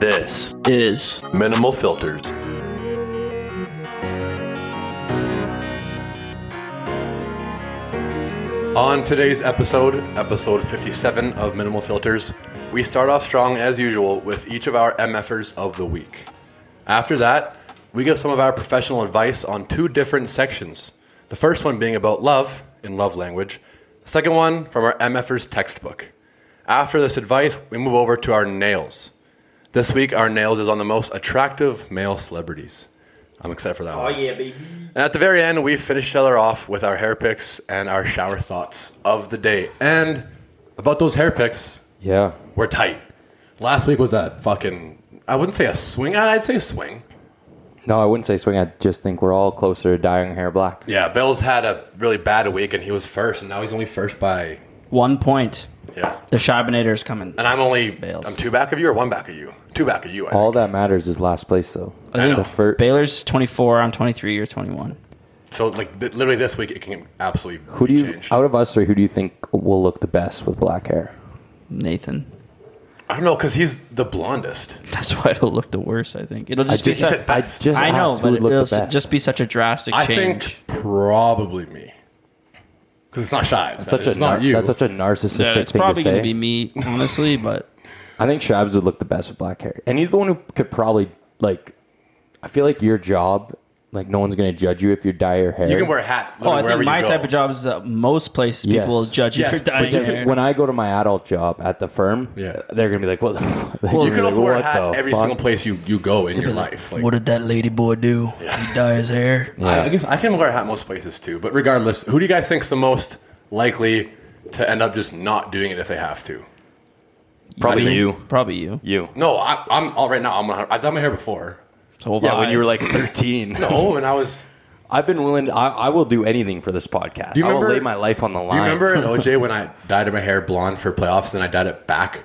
This is minimal filters. On today's episode, episode 57 of Minimal Filters, we start off strong as usual with each of our MFers of the week. After that, we give some of our professional advice on two different sections. The first one being about love in love language, the second one from our MFers textbook. After this advice, we move over to our nails. This week, our nails is on the most attractive male celebrities. I'm excited for that one. Oh yeah, baby. And at the very end, we finish each other off with our hair picks and our shower thoughts of the day. And about those hair picks, Yeah. we're tight. Last week was that fucking, I wouldn't say a swing, uh, I'd say a swing. No, I wouldn't say swing. I just think we're all closer to dyeing hair black. Yeah, Bill's had a really bad week and he was first, and now he's only first by, one point. yeah. The Shabinator is coming. And I'm only, Bales. I'm two back of you or one back of you? Two back of you, I All think. that matters is last place, though. I know. The fir- Baylor's 24. I'm 23. You're 21. So, like, th- literally this week, it can absolutely who do be you, changed. out of us three, who do you think will look the best with black hair? Nathan. I don't know, because he's the blondest. That's why it'll look the worst. I think it'll I just be. just, Such, said I best. just I know, asked who but would it'll look s- the best. just be such a drastic I change. think probably me. Because it's not shy. It's, such a it's not nar- you. That's such a Yeah, narcissistic it's thing to probably say. gonna be me, honestly. But I think Shabs would look the best with black hair, and he's the one who could probably like. I feel like your job, like no one's gonna judge you if you dye your hair. You can wear a hat. oh, I literally wherever think you my go. type of job is that most places people Yes. will judge you Yes, for dying because hair. when I go to my adult job at the firm, Yeah. they're gonna be like, "What?" The f-? Like, You you're can like, also wear a "What hat the every fuck?" single place you, you go in your life. Like, what did that lady boy do? He dye his hair. I, I guess I can wear a hat most places too. But regardless, who do you guys think's the most likely to end up just not doing it if they have to? Probably you. Probably you. You. No, I, I'm all right now. I'm, I've done my hair before. So Yeah, when I- you were like 13. No, when I was. I've been willing. I, I will do anything for this podcast. Do you I will remember- lay my life on the line. Do you remember in OJ when I dyed my hair blonde for playoffs and I dyed it back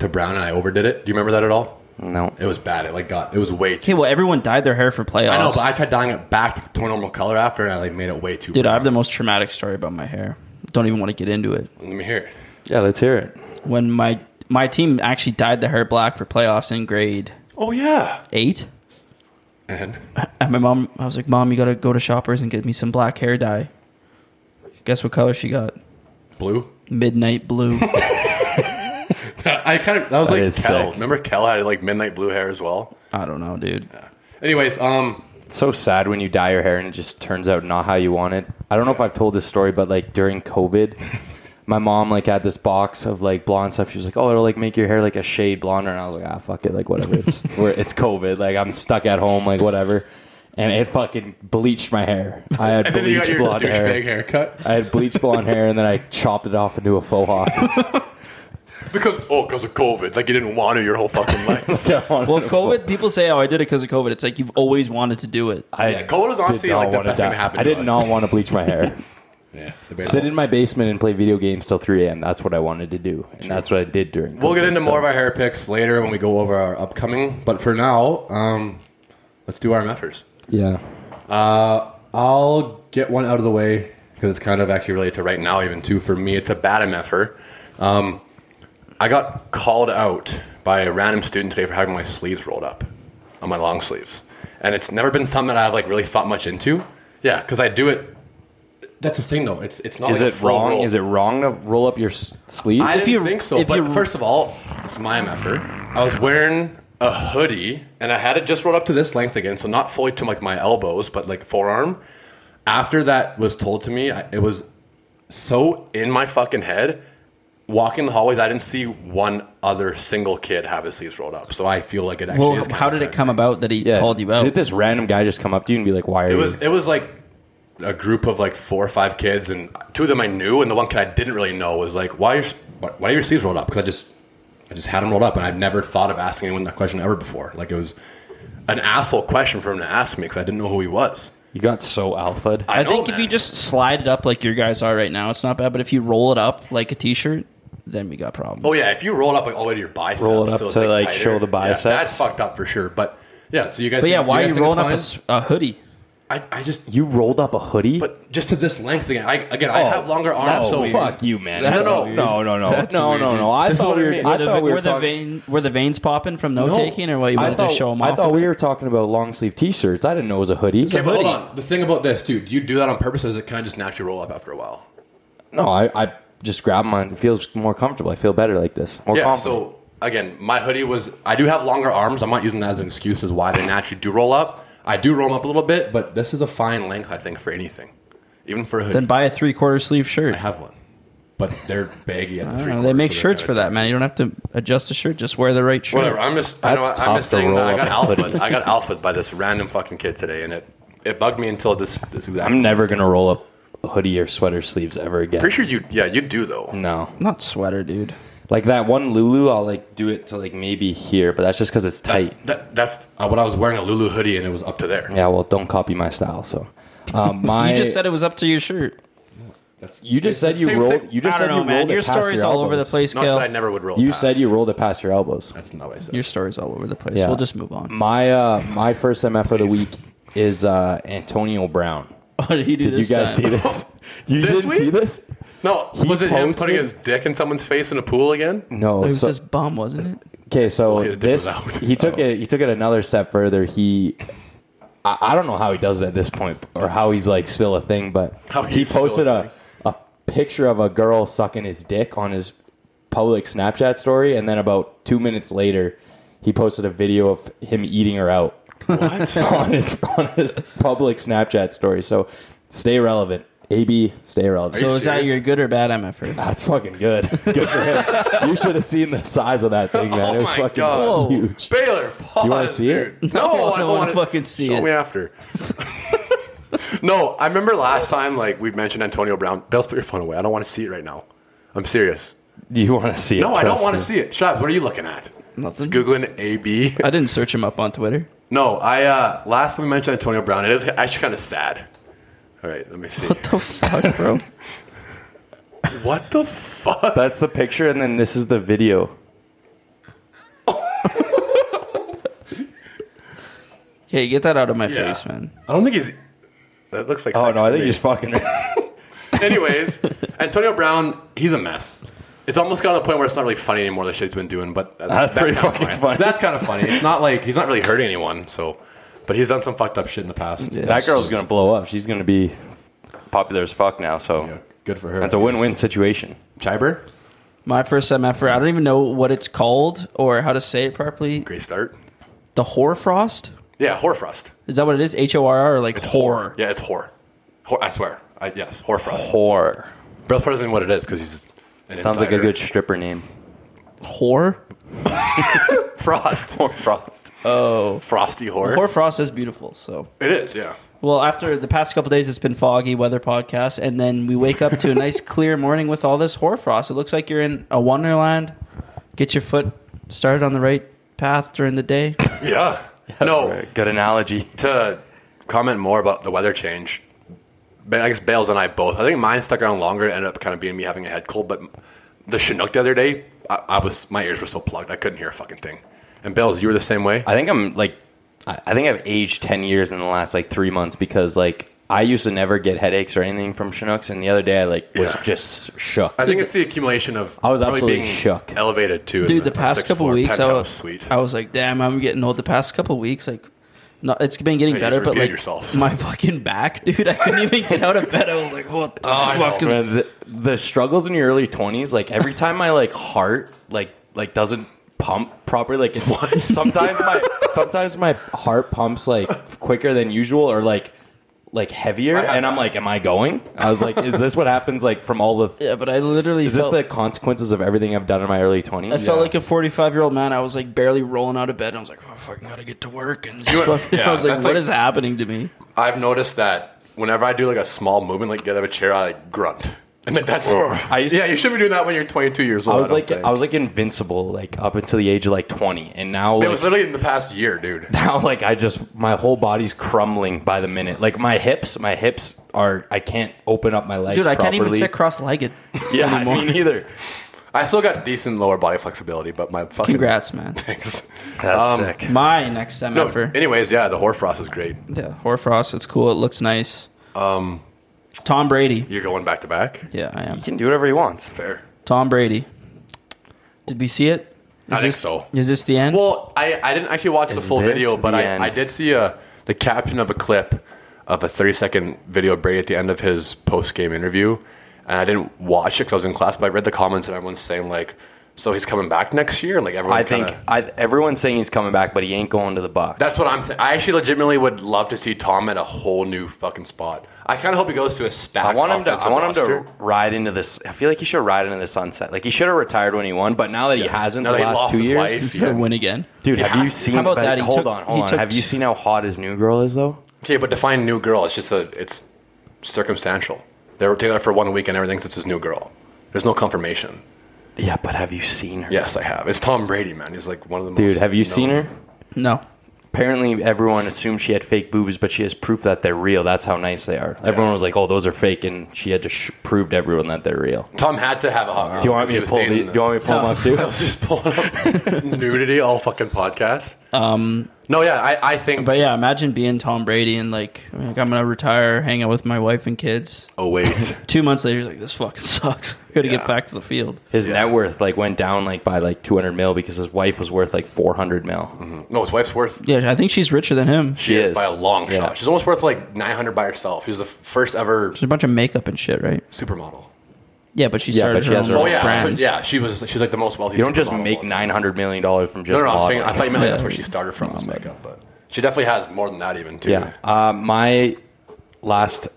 to brown and I overdid it? Do you remember that at all? No. It was bad. It like got. It was way too. okay, well, everyone dyed their hair for playoffs. I know, but I tried dyeing it back to a normal color after, and I like made it way too. Dude, I brown. have the most traumatic story about my hair. Don't even want to get into it. Let me hear it. Yeah, let's hear it. When my my team actually dyed the hair black for playoffs in grade Oh yeah. eight, And and my mom, I was like, "Mom, you gotta go to Shoppers and get me some black hair dye." Guess what color she got? blue. Midnight blue. I kind of that was That like is Kel. sick. Remember Kel had like midnight blue hair as well. I don't know, dude. Anyways, um, It's so sad when you dye your hair and it just turns out not how you want it. I don't know if I've told this story, but like during COVID, my mom like had this box of like blonde stuff. She was like, "Oh, it'll like make your hair like a shade blonder," and I was like, "Ah, fuck it, like whatever. It's we're, it's COVID. Like I'm stuck at home, like whatever." And it fucking bleached my hair. I had and then you got bleached your blonde hair. douchebag haircut I had bleached blonde hair, and then I chopped it off into a faux hawk. because oh, because of COVID, like you didn't want to your whole fucking life. Well, COVID, people say, "Oh, I did it because of COVID." It's like you've always wanted to do it. I Yeah, COVID was honestly, did not like, the wanna best thing dye- that happened I to did us. not want to bleach my hair. yeah, Sit in my basement and play video games till 3 a.m. That's what I wanted to do, and that's what I did during. we'll get COVID, into so- more of our hair picks later when we go over our upcoming. But for now, um, let's do our meffers. Yeah, I'll get one out of the way because it's kind of actually related to right now, even too. For me, it's a bad MFer. Um, I got called out by a random student today for having my sleeves rolled up on my long sleeves, and it's never been something that I've like really thought much into. Yeah, because I do it. That's the thing, though. It's it's not. is like a it free wrong? roll. Is it wrong to roll up your s- sleeves? I If didn't you- think so. if But you- first of all, it's my effort. I was wearing a hoodie and I had it just rolled up to this length again, so not fully to like my elbows, but like forearm. After that was told to me, I, it was so in my fucking head. Walking the hallways, I didn't see one other single kid have his sleeves rolled up. So I feel like it actually Well, is. kind how of did it bad. come about that he Yeah. called you out? Did this random guy just come up to you and be like, "Why are It you?" was it was like a group of like four or five kids, and two of them I knew, and the one kid I didn't really know was like, "Why are your, why why are your sleeves rolled up?" Because I just I just had them rolled up, and I'd never thought of asking anyone that question ever before. Like it was an asshole question for him to ask me because I didn't know who he was. you got so alphaed. I, know, think if man. you just slide it up like your guys are right now, it's not bad. But if you roll it up like a t-shirt, then we got problems. Oh yeah, if you roll it up like all the way to your biceps, Roll it up it's, to, like, show the Yeah, biceps. that's fucked up for sure. But yeah, so you guys. but yeah, think- why are guys you think it's rolling up a, fine? s- a hoodie? I, I just You rolled up a hoodie. but just to this length again. I again I have longer arms, Oh, so fuck you, man. That's no, weird. no, no, no, That's no, weird. no, no. I This is thought what we I were. mean. I Were the, thought we were were the talking. vein, were the veins popping from note No. taking, or what? You wanted I thought, to show them I off? thought we were talking about long sleeve T-shirts. I didn't know it was a hoodie. Okay, but hold on. The thing about this, dude, do you do that on purpose, or does it kind of just naturally roll up after a while? No, I, I just grab mine. It feels more comfortable. I feel better like this. More yeah. confident. So again, my hoodie was. I do have longer arms. I'm not using that as an excuse as why they naturally do roll up. I do roll up a little bit, but this is a fine length, I think, for anything, even for a hoodie. Then buy a three quarter sleeve shirt. I have one, but they're baggy at the I three. don't know, they make quarters, so they're shirts kinda for that, man. You don't have to adjust the shirt; just wear the right shirt. Whatever. I'm just. I know, That's what, tough I'm just to saying roll that I got up a alpha. hoodie. I got alpha by this random fucking kid today, and it it bugged me until this this exact. I'm never gonna roll up a hoodie or sweater sleeves ever again. pretty sure you. Yeah, you do though. Mm. no, Not sweater, dude. like that one Lulu, I'll like do it to like maybe here, but that's just because it's That's, tight. that, that's uh, what I was wearing a Lulu hoodie, and it was up to there. Yeah, well, don't copy my style. So, um, my You just said it was up to your shirt. That's, you just said you Same rolled. thing. You just I don't said know, you man. rolled it Your past story's your all over the elbows. place, not that I Kel. never would roll. You past. said you rolled it past your elbows. That's not what I said. Your story's all over the place. Yeah. We'll just move on. My uh, my first MF of the week is uh, Antonio Brown. What did he do Did you this guys time? see this? You This didn't week? see this? no, He was it him posted- putting his dick in someone's face in a pool again? No. It was so- his bum, wasn't it? okay, so his dick was this out. Oh. he took it. He took it another step further. He. I, I don't know how he does it at this point, or how he's like still a thing, but How he he's still posted a a, a picture of a girl sucking his dick on his public Snapchat story, and then about two minutes later, he posted a video of him eating her out. What? on his on his public Snapchat story. So stay relevant. AB, stay relevant. Are So you is that serious? your good or bad MFR? that's fucking good. Good for him. you should have seen the size of that thing, man. Oh it was my fucking God. huge. Baylor, pause. you wanna see it? dude. No, I don't don't wanna want to fucking see Show it. me after. no, I remember last time, like we mentioned Antonio Brown. Bells, put your phone away. I don't want to see it right now. I'm serious. Do you want to see it? No, I don't Trust want to me. see it. Shut up. What are you looking at? Nothing. Just Googling AB. I didn't search him up on Twitter. no, I uh, last time we mentioned Antonio Brown. It is actually kind of sad. All right, let me see. What the fuck, bro? What the fuck? That's the picture, and then this is the video. Hey, get that out of my Yeah. face, man. I don't think he's. That looks like. Oh sex no, to I think me. he's fucking. Anyways, Antonio Brown, he's a mess. It's almost gotten to a point where it's not really funny anymore. The shit he's been doing, but that's, That's pretty kinda fucking funny. That's kind of funny. It's not like he's not really hurting anyone. So, but he's done some fucked up shit in the past. Yeah. that girl's gonna blow up. She's gonna be popular as fuck now. So Good for her. that's a win-win situation. Chiber, My first MFR. I don't even know what it's called or how to say it properly. great start. The hoarfrost. Yeah, horfrost. Is that what it is? H O R R or like horror? Yeah, it's whore. Whore- I swear. I, yes, horfrost. Whore. Bro, that isn't what it is because he's. An Sounds like a insider. good stripper name. Whore. frost. Or Frost. Frosty whore. Hoarfrost is beautiful. So, it is. Yeah. well, after the past couple days, it's been foggy weather podcast, and then we wake up to a nice clear morning with all this hoarfrost. It looks like you're in a wonderland. Get your foot started on the right path during the day. Yeah. no. Good analogy. to comment more about the weather change, Ba- I guess Bales and I both. I think mine stuck around longer. It ended up kind of being me having a head cold. But the Chinook the other day, I, I was my ears were so plugged I couldn't hear a fucking thing. And Bales, you were the same way. I think I'm like, I I think I've aged 10 years in the last like three months because like I used to never get headaches or anything from Chinooks. And the other day I like was Yeah. just shook. I think it's the accumulation of I was probably absolutely being shook. elevated too. dude the past couple weeks I was, sweet. I was like damn i'm getting old the past couple weeks like no, it's been getting Hey, you better just but repeated like yourself. my fucking back dude i couldn't even get out of bed i was like what the I know, fuck is Man, the, the struggles in your early 20s, like every time my like heart like like doesn't pump properly, like it, sometimes my sometimes my heart pumps like quicker than usual or like like heavier, I have and I'm that. like, am I going? I was like, is this what happens like from all the? yeah but i literally Is this felt, the consequences of everything I've done in my early 20s? i felt like a 45 year old man i was like barely rolling out of bed and i was like oh I fucking gotta get to work and fuck- yeah, i was like that's what like- is happening to me I've noticed that whenever I do like a small movement, like get out of a chair, I like, grunt. And then that's I used- yeah. You should be doing that when you're 22 years old. I was don't like think. I was like invincible like up until the age of like 20 and now It like, was literally in the past year, dude. now like I just my whole body's crumbling by the minute like my hips my hips are I can't open up my legs dude i can't even properly. sit cross-legged yeah me neither I still got decent lower body flexibility, but my fucking Congrats, man. Thanks. That's Um, sick. My next MFR. No, anyways, yeah, the Horfrost is great. yeah, Horfrost. It's cool. It looks nice. Um, Tom Brady. you're going back to back. Yeah, I am. He can do whatever he wants. Fair. Tom Brady. Did we see it? I think this, so. Is this the end? Well, I, I didn't actually watch the Is full this video, but the I, end? I did see a, the caption of a clip of a 30 second video of Brady at the end of his post game interview. And I didn't watch it because I was in class, but I read the comments and everyone's saying, like, so he's coming back next year? Like, everyone I think kinda- I, everyone's saying he's coming back, but he ain't going to the Bucks. That's what I'm. Th- I actually legitimately would love to see Tom at a whole new fucking spot. I kind of hope he goes to a stack. I want him to. I want him to ride into this. I feel like he should ride into the sunset. Like he should have retired when he won, but now that he hasn't the last two years, He's gonna win again. dude. He Have you has to. seen? How about but that? He hold took- on, he hold on. took- Have you seen how hot his new girl is though? Okay, but define new girl. It's just a. It's circumstantial. They were together for one week and everything. It's his new girl. There's no confirmation. Yeah, but have you seen her? Yes, I have. It's Tom Brady, man. He's like one of the Dude, most have you known- seen her? No. Apparently, everyone assumed she had fake boobs, but she has proof that they're real. That's how nice they are. Everyone was like, "Oh, those are fake," and she had to sh- prove to everyone that they're real. Tom had to have a hot. Do you want me to pull? The, do you want me to pull them up too? I was just pulling up nudity all fucking podcast. Um. No, yeah, I, I think. But yeah, imagine being Tom Brady and like, like I'm gonna retire, hang out with my wife and kids. oh wait. Two months later, he's like, this fucking sucks. We gotta Yeah. get back to the field. His net worth like went down like by like 200 mil because his wife was worth like 400 mil. no, his wife's worth Yeah, I think she's richer than him. She She is is. by a long Yeah. shot. She's almost worth like 900 by herself. She's the first ever There's a bunch of makeup and shit, right? supermodel. Yeah, but she Yeah, started but she her has own her Oh own yeah, brands. So, yeah. She was. She's like the most wealthy. You don't just supermodel make of all time. 900 million dollars from No, just no, no I'm modeling. saying. I thought you meant like, Yeah. that's where she started from. Was makeup, but she definitely has more than that even too. yeah. Uh, my last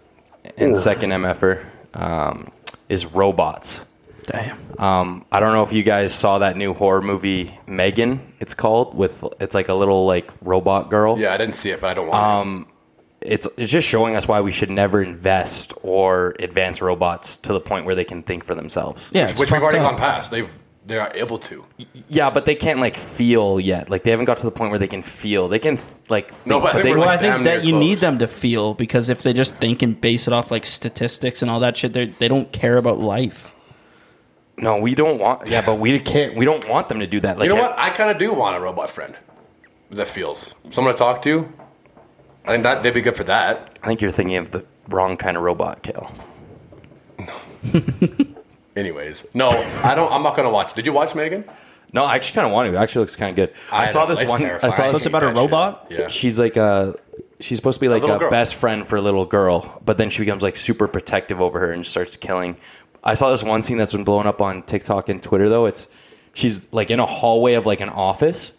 and second mf'er um, is robots. Damn. Um, I don't know if you guys saw that new horror movie Megan. It's called with it's like a little like robot girl. Yeah, I didn't see it, but I don't want. Um, It's it's just showing us why we should never invest or advance robots to the point where they can think for themselves. Yeah, it. it's Which we've fucked already up. gone past. They've they are able to. Yeah, but they can't like feel yet. Like they haven't got to the point where they can feel. They can like think, No, but I think they, we're, Well, I like, think damn that near you close. need them to feel because if they just think and base it off like statistics and all that shit, they they don't care about life. no, we don't want. Yeah, but we can't. We don't want them to do that. Like You know what? I kind of do want a robot friend. That feels someone to talk to. I think that they'd be good for that. I think you're thinking of the wrong kind of robot, Kale. Anyways, no, I don't. I'm not gonna watch. it. Did you watch Megan? No, I actually kind of want to. It actually looks kind of good. I, I saw don't- this it's one. terrifying. I saw So this it's about a That shit. robot? Yeah. She's like a. She's supposed to be like little a, girl. best friend for a little girl, but then she becomes like super protective over her and starts killing. I saw this one scene that's been blown up on TikTok and Twitter though. It's she's like in a hallway of like an office,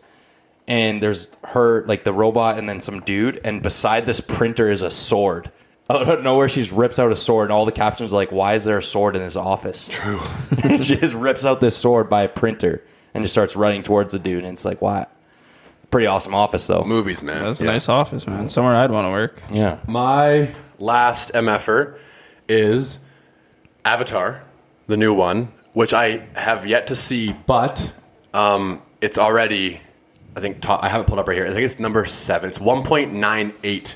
and there's her like the robot and then some dude, and beside this printer is a sword. Out of nowhere, she just rips out a sword, and all the captions are like, "Why is there a sword in this office?" True. she just rips out this sword by a printer and just starts running towards the dude, and it's like, "Why?" Pretty awesome office though. Movies, man. That's a nice office, man. Somewhere I'd want to work. Yeah. My last MFR is Avatar, the new one, which I have yet to see, but um, it's already, I think, top, I have it pulled up right here. I think it's number seven. It's 1.98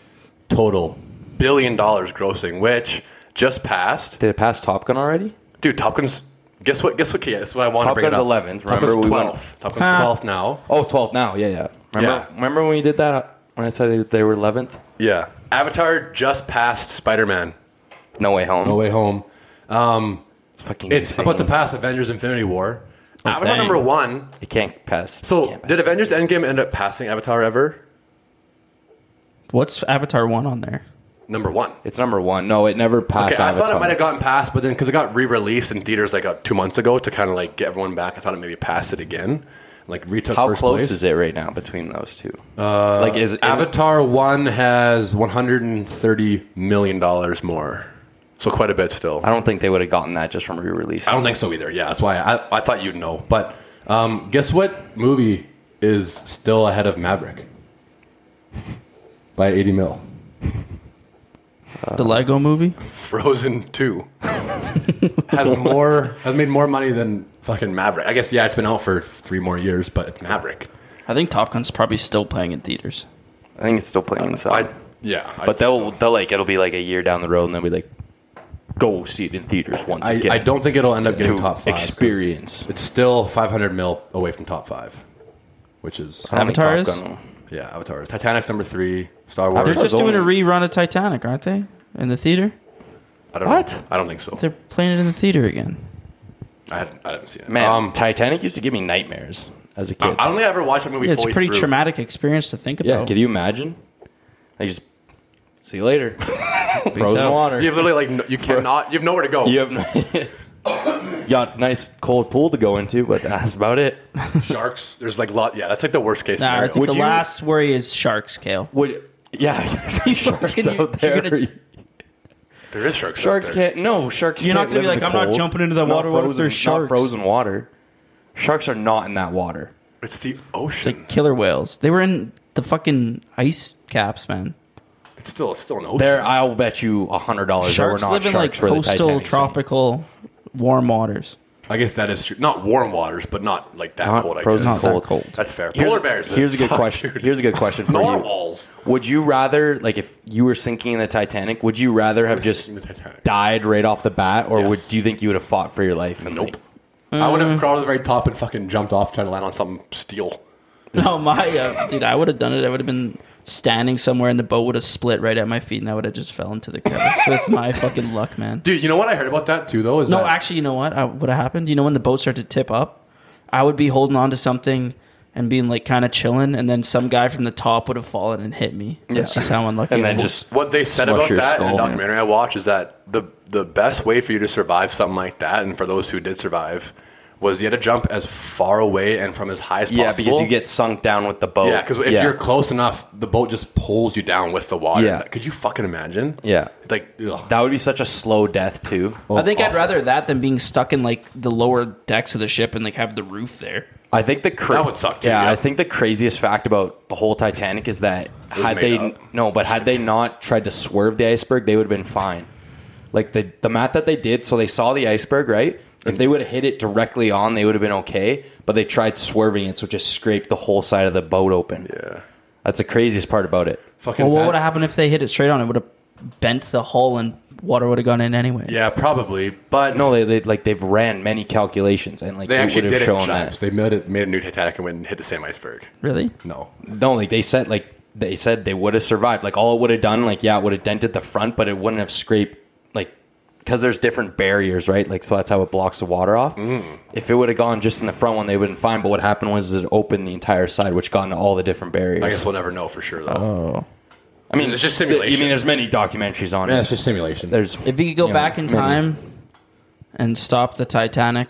total billion dollars grossing, which just passed. Did it pass Top Gun already? Dude, Top Gun's, guess what, guess what, yeah, that's why I want to Top bring Gun's it up. 11th, Top Gun's remember? We went- 12th. Top Gun's Huh. 12th now. Oh, 12th now. Yeah, yeah. Remember, Yeah. remember when we did that? When I said they were 11th? Yeah. Avatar just passed Spider-Man. No Way Home. No Way Home. It's fucking It's insane. about to pass Avengers Infinity War. Avatar dang. number one. It can't pass. It So Oh, can't did pass. Avengers Endgame end up passing Avatar ever? What's Avatar one on there? Number one. It's number one. No, it never passed Okay, I Avatar. thought it might have gotten passed, but then because it got re-released in theaters like uh, two months ago to kind of like get everyone back, I thought it maybe passed it again, like retook How first close place. is it right now between those two? Uh, like is, is Avatar one has 130 million dollars more, so quite a bit still. I don't think they would have gotten that just from re-release. I don't think so either. Yeah, that's why I, I thought you'd know. But um, guess what movie is still ahead of Maverick by 80 mil? the Lego movie? Frozen Two has more has made more money than fucking Maverick. I guess yeah, it's been out for three more years, but it's Maverick. I think Top Gun's probably still playing in theaters. I think it's still playing. So, I yeah, I'd but say they'll so. they'll like it'll be like a year down the road, and they'll be like, go see it in theaters once I, again. I don't think it'll end up getting to top five. 'cause experience. It's still 500 mil away from top five, which is I don't think Avatar Top is? Gun will- yeah. Avatar, Titanic's number three. Star Wars. They're just doing a only- rerun of Titanic, aren't they? In the theater? I don't What? Know. I don't think so. They're playing it in the theater again. I haven't, I haven't seen it. Man, um, Titanic used to give me nightmares as a I kid. I don't think I ever watched that movie. Yeah, it's a fully pretty through. traumatic experience to think yeah, about. can you imagine? I just see you later. Frozen so. water. You have literally like no, you cannot. You have nowhere to go. You have got nice cold pool to go into, but that's about it. Sharks. There's like lot. Yeah, that's like the worst case Nah, I scenario. think Would the you- last worry is sharks, Kale. Would yeah, sharks Can you- out there. you're gonna- there is sharks. out Sharks there. can't. No, sharks. You're not can't gonna be live in like, the "I'm not cold." jumping into the Not water, what if frozen- there's not sharks? frozen water. Sharks are not in that water. It's the It's ocean. like killer whales. They were in the fucking ice caps, man. It's still it's still an ocean. There, I'll bet you a hundred dollars. that were Sharks not live in like sharks where the coastal, Titanic sank. tropical, warm waters. I guess that is true. Not warm waters, but not like that Not cold. I frozen guess. Not that cold. cold. That's fair. Here's, Polar bears. Here's a good Fuck, question. dude. Here's a good question for you. Narwhals. Would you rather, like, if you were sinking in the Titanic, would you rather have was just sinking in the Titanic. died right off the bat, or would Yes. do you think you would have fought for your life? and, Nope. like, Mm. I would have crawled to the very top and fucking jumped off, trying to land on some steel. No, my uh, dude, I would have done it. I would have been standing somewhere, and the boat would have split right at my feet, and I would have just fell into the crevice with my fucking luck, man. Dude, you know what I heard about that too, though? Is No, that, actually, you know what? I, would have happened? You know when the boat started to tip up, I would be holding on to something and being like kind of chilling, and then some guy from the top would have fallen and hit me. That's just how unlucky. and I then was. just what they said Smush about your that in skull. the documentary I watched is that the the best way for you to survive something like that, and for those who did survive, was you had to jump as far away and from as high as yeah, possible. because you get sunk down with the boat. yeah, because if you're close enough, the boat just pulls you down with the water. Yeah. could you fucking imagine? yeah, like ugh. that would be such a slow death too. I think I'd awful. rather that than being stuck in like the lower decks of the ship and like have the roof there. I think the cra- That would suck, too, Yeah, yeah. I think the craziest fact about the whole Titanic is that was had made they up. no, but had they not tried to swerve the iceberg, they would have been fine. Like the the math that they did, so they saw the iceberg, right? If they would have hit it directly on, they would have been okay. But they tried swerving it, so it just scraped the whole side of the boat open. yeah, That's the craziest part about it. fucking. Well, what that- would have happened if they hit it straight on? It would have bent the hull, and water would have gone in anyway. Yeah, probably, but No, they, they like they've ran many calculations and like they it actually would did have it. shown James. that. They made it made a new Titanic and went and hit the same iceberg. Really? No, No, like they said, like they said they would have survived. Like all it would have done, like yeah, it would have dented the front, but it wouldn't have scraped like because there's different barriers, right? Like so that's how it blocks the water off. Mm. If it would have gone just in the front one, they wouldn't find. But what happened was it opened the entire side, which got into all the different barriers. I guess we'll never know for sure though. Oh. I mean, It's just th- You simulation. mean there's many documentaries on it. just simulation. There's If you could go you know, back in many. time and stop the Titanic,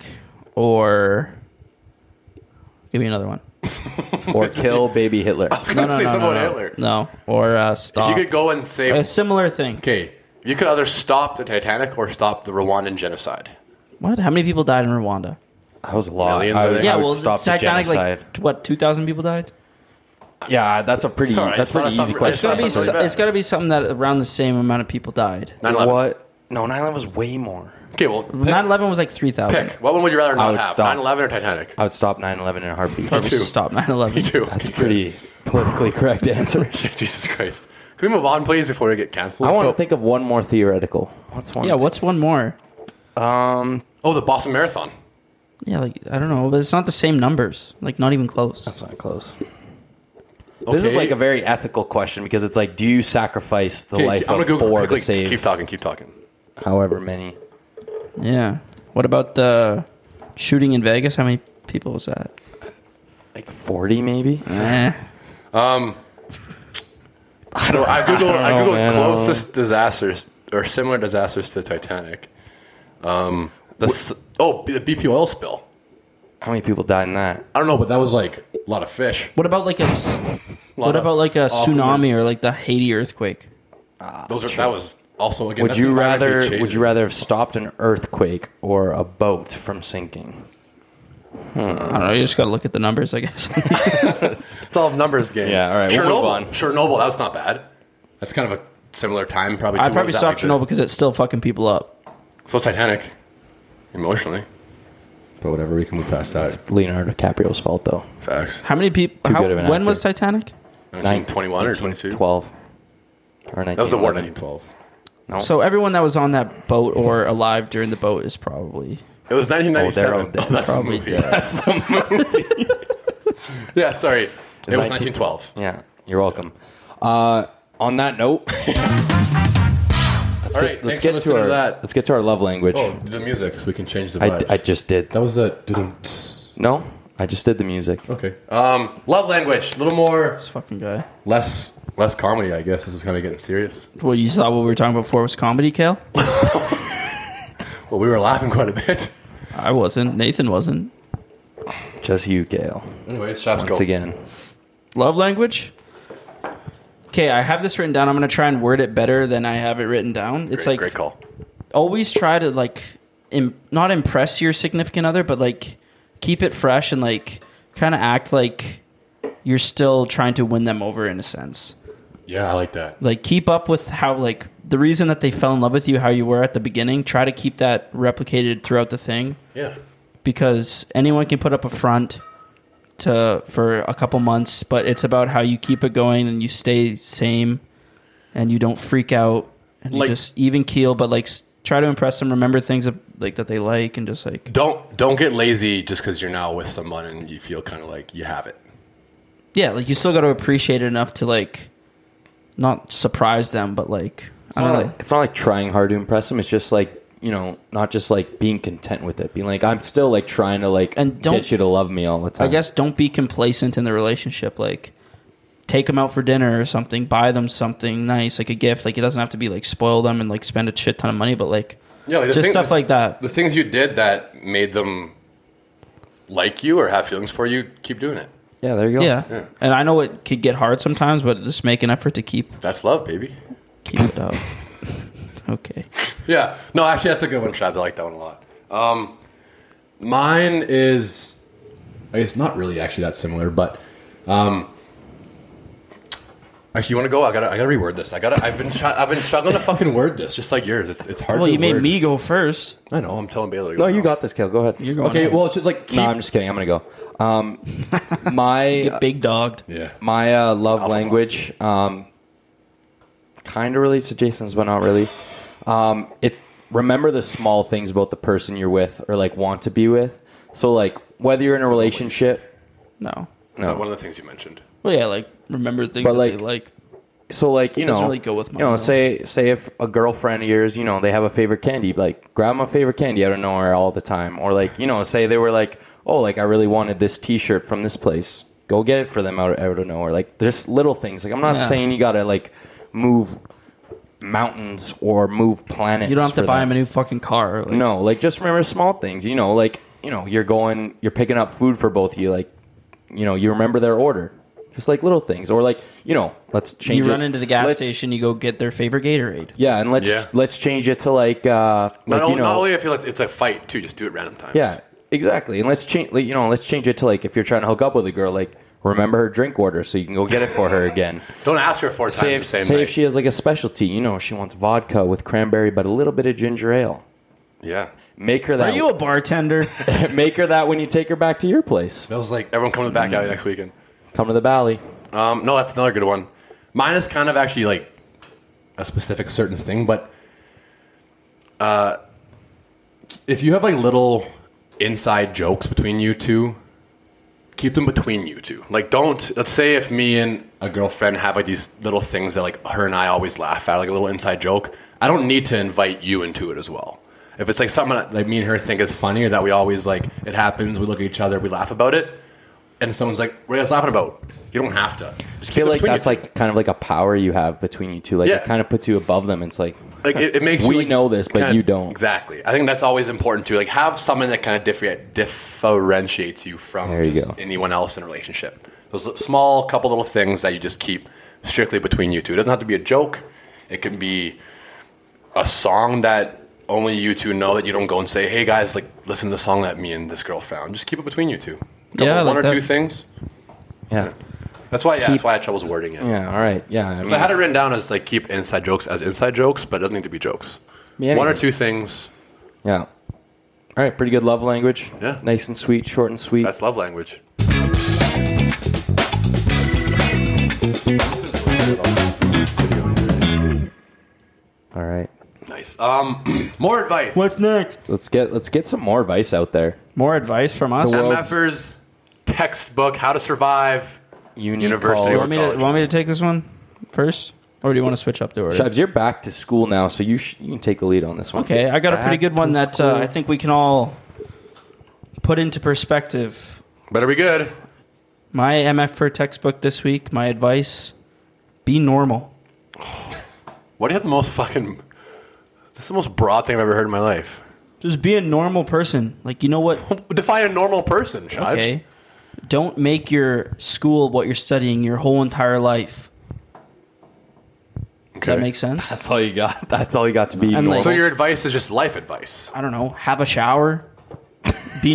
or give me another one. or kill baby Hitler. I was gonna say something about Hitler. No, or uh, You stop. could go and save. a similar thing. Okay, you could either stop the Titanic or stop the Rwandan genocide. What? How many people died in Rwanda? That was a lot. Millions, I would, I think. yeah, Yeah, I would well, stop the Titanic, genocide. like t- what, two thousand people died? yeah, that's a pretty. Sorry, I that's just thought I pretty saw- easy I It's just thought question. That's gotta be. not so so- bad. It's gotta be something that around the same amount of people died. 9/11. What? No, 9/11 was way more. Okay, well, pick, 9-11 was like three thousand. pick. What one would you rather not would have? stop. 9/11 or Titanic? I would stop 9/11 in a heartbeat. too. Stop 9-11. Two. That's a pretty politically correct answer. Jesus Christ. Can we move on, please, before we get canceled? I want Oh, to think of one more theoretical. What's one? Yeah, what's one more? um? Oh, the Boston Marathon. Yeah, like I don't know, but it's not the same numbers. Like not even close. That's not close. Okay. This is like a very ethical question because it's like, do you sacrifice the Okay, life I'm of gonna Google four quickly. to save Keep talking. Keep talking. however many? Yeah. What about the shooting in Vegas? How many people was that? Like forty, maybe. Eh. So I googled, I, I don't know, googled man. I don't closest disasters or similar disasters to Titanic. Um, the s- oh the BP oil spill. How many people died in that? I don't know, but that was like a lot of fish. What about like a s- A lot what of about like a awkward- tsunami or like the Haiti earthquake? Those are, that was also again. Would that's you environmentally rather? changed. Would you rather have stopped an earthquake or a boat from sinking? I don't know. You just got to look at the numbers, I guess. It's all numbers game. Yeah, all right, we'll Chernobyl. move on. Chernobyl. That was not bad. That's kind of a similar time. Probably. I too, probably was that stopped like the- Chernobyl because it's still fucking people up. So Titanic, emotionally. But whatever, we can move past that. It's Leonardo DiCaprio's fault, though. Facts. How many people? Too How, good of an when was actor. Titanic? Nineteen twenty-one or 22. 12. Or 19, That was the war 11. 1912. No. So everyone that was on that boat or alive during the boat is probably It was 1997. Oh, they're all Oh, that's the probably movie. dead. That's the movie. Yeah, sorry. It was 19 1912. yeah, you're welcome. Uh, on that note, All right, let's thanks get for to listening our to that. let's get to our love language. Oh, do the music so we can change the I, vibe. I just did. that was the. No, I just did the music. Okay. Um, love language. A little more, this fucking guy. less, less comedy. I guess this is kind of getting serious. Well, you saw what we were talking about before was comedy, Kale. Well, we were laughing quite a bit. I wasn't. Nathan wasn't. Just you, Gail. Anyways, shots Once go. again, Love language. Okay, I have this written down. I'm gonna try and word it better than I have it written down. It's Great, like great call. always try to like Im- not impress your significant other but like keep it fresh and like kind of act like you're still trying to win them over in a sense Yeah, I like that. like keep up with how like the reason that they fell in love with you how you were at the beginning try to keep that replicated throughout the thing Yeah. because anyone can put up a front to for a couple months, but it's about how you keep it going and you stay same and you don't freak out and Like- you just even keel, but like s- try to impress them, remember things that, like that they like and just like Don't don't get lazy just because you're now with someone and you feel kind of like you have it. yeah, like you still got to appreciate it enough to like not surprise them, but like I not don't know. like- it's not like trying hard to impress them. It's just like you know, not just like being content with it. Being like, I'm still like trying to like And don't- get you to love me all the time. I guess don't be complacent in the relationship. Like, take them out for dinner or something. Buy them something nice, like a gift. Like it doesn't have to be like spoil them and like spend a shit ton of money, but like Yeah, like the just thing- stuff like that. The things you did that made them like you or have feelings for you, keep doing it. Yeah, there you go. yeah. and I know it could get hard sometimes, but just make an effort to keep That's love, baby. keep it up. okay, Yeah. No, actually, that's a good one, Trav. I like that one a lot. Um, mine is, it's not really actually that similar, but um, actually, you want to go? I gotta, I gotta reword this. I gotta. I've been, try, I've been struggling to fucking word this, just like yours. It's, it's hard. well to you made word. me go first. I know. I'm telling Baylor. No, you got this, Kale. Go ahead. You're going Okay. ahead. Well, it's just like keep. no, I'm just kidding. I'm gonna go. Um, my get big dogged. yeah. my uh, love Alpha language um, kind of relates to Jason's, but not really. Um, it's remember the small things about the person you're with or like want to be with. So like whether you're in a relationship, No, No. No. One of the things you mentioned. well yeah, like remember things But, that like- they like. so like you Doesn't know, really go with you mine, know, though. say say if a girlfriend of yours, you know, they have a favorite candy, like grab my favorite candy out of nowhere all the time, or like you know, say they were like, oh, like I really wanted this T-shirt from this place, go get it for them out out of nowhere. Like there's little things. Like I'm not Yeah. saying you gotta like move mountains or move planets. You don't have to for buy them. him a new fucking car. Like, No, like just remember small things. You know, like you know, you're going, you're picking up food for both of you. Like, you know, you remember their order, just like little things, or like you know, let's You change. run it. into the gas Let's- station, you go get their favorite Gatorade. Yeah, and let's Yeah. let's change it to like, uh, like not, you only, know, not only I feel like it's a fight too. Just do it random times. yeah, exactly. And let's change, like, you know, let's change it to like if you're trying to hook up with a girl, like remember her drink order so you can go get it for her again. Don't ask her four times say the if, same say night. if she has like a specialty, you know, she wants vodka with cranberry, but a little bit of ginger ale. yeah. Make her Are that. you a bartender? make her that when you take her back to your place. That was like everyone coming back alley next weekend. Come to the valley. Um, no, that's another good one. Mine is kind of actually like a specific certain thing, but uh, if you have like little inside jokes between you two, keep them between you two. Like, don't let's say if me and a girlfriend have like these little things that like her and I always laugh at, like a little inside joke. I don't need to invite you into it as well. If it's like something that like me and her think is funny or that we always like, it happens. We look at each other, we laugh about it, and someone's like, "What are you guys laughing about?" You don't have to. Just I feel it like between you that's two. like kind of like a power you have between you two. Like Yeah. it kind of puts you above them. It's like like it, it makes you, We like, know this, but kinda- you don't. exactly i think that's always important too like have someone that kind of differentiate differentiates you from There you just go. anyone else in a relationship those li- small couple little things that you just keep strictly between you two it doesn't have to be a joke it could be a song that only you two know that you don't go and say hey guys like listen to the song that me and this girl found just keep it between you two Couple- Yeah, I one like or that. two things yeah, that's why yeah, that's Keep- why i had troubles wording it yeah. All right, yeah. I So I mean, had it written down as like keep inside jokes as inside jokes, but it doesn't need to be jokes. Yeah, One or anyway. two things yeah. All right, pretty good love language. Yeah. nice and sweet, short and sweet. That's love language. all right. advice. Um, more advice. next? Let's get let's get some more advice out there. More advice from us. The world- MFers textbook, How to Survive. Union University. want, College. me to, want me to take this one first, or do you want to switch up the order? Shabs, you're back to school now, so you sh- you can take the lead on this one. Okay, I got a pretty Back good one to that uh, school. I think we can all put into perspective. Better be good. My MF for textbook this week. My advice: be normal. What do you have the most fucking. That's the most broad thing I've ever heard in my life. Just be a normal person. Like you know what? Define a normal person, Shives. Okay. Don't make your school what you're studying your whole entire life. Does that make sense? That's all you got. That's all you got to be And, normal. like- So your advice is just life advice. I don't know. Have a shower. Be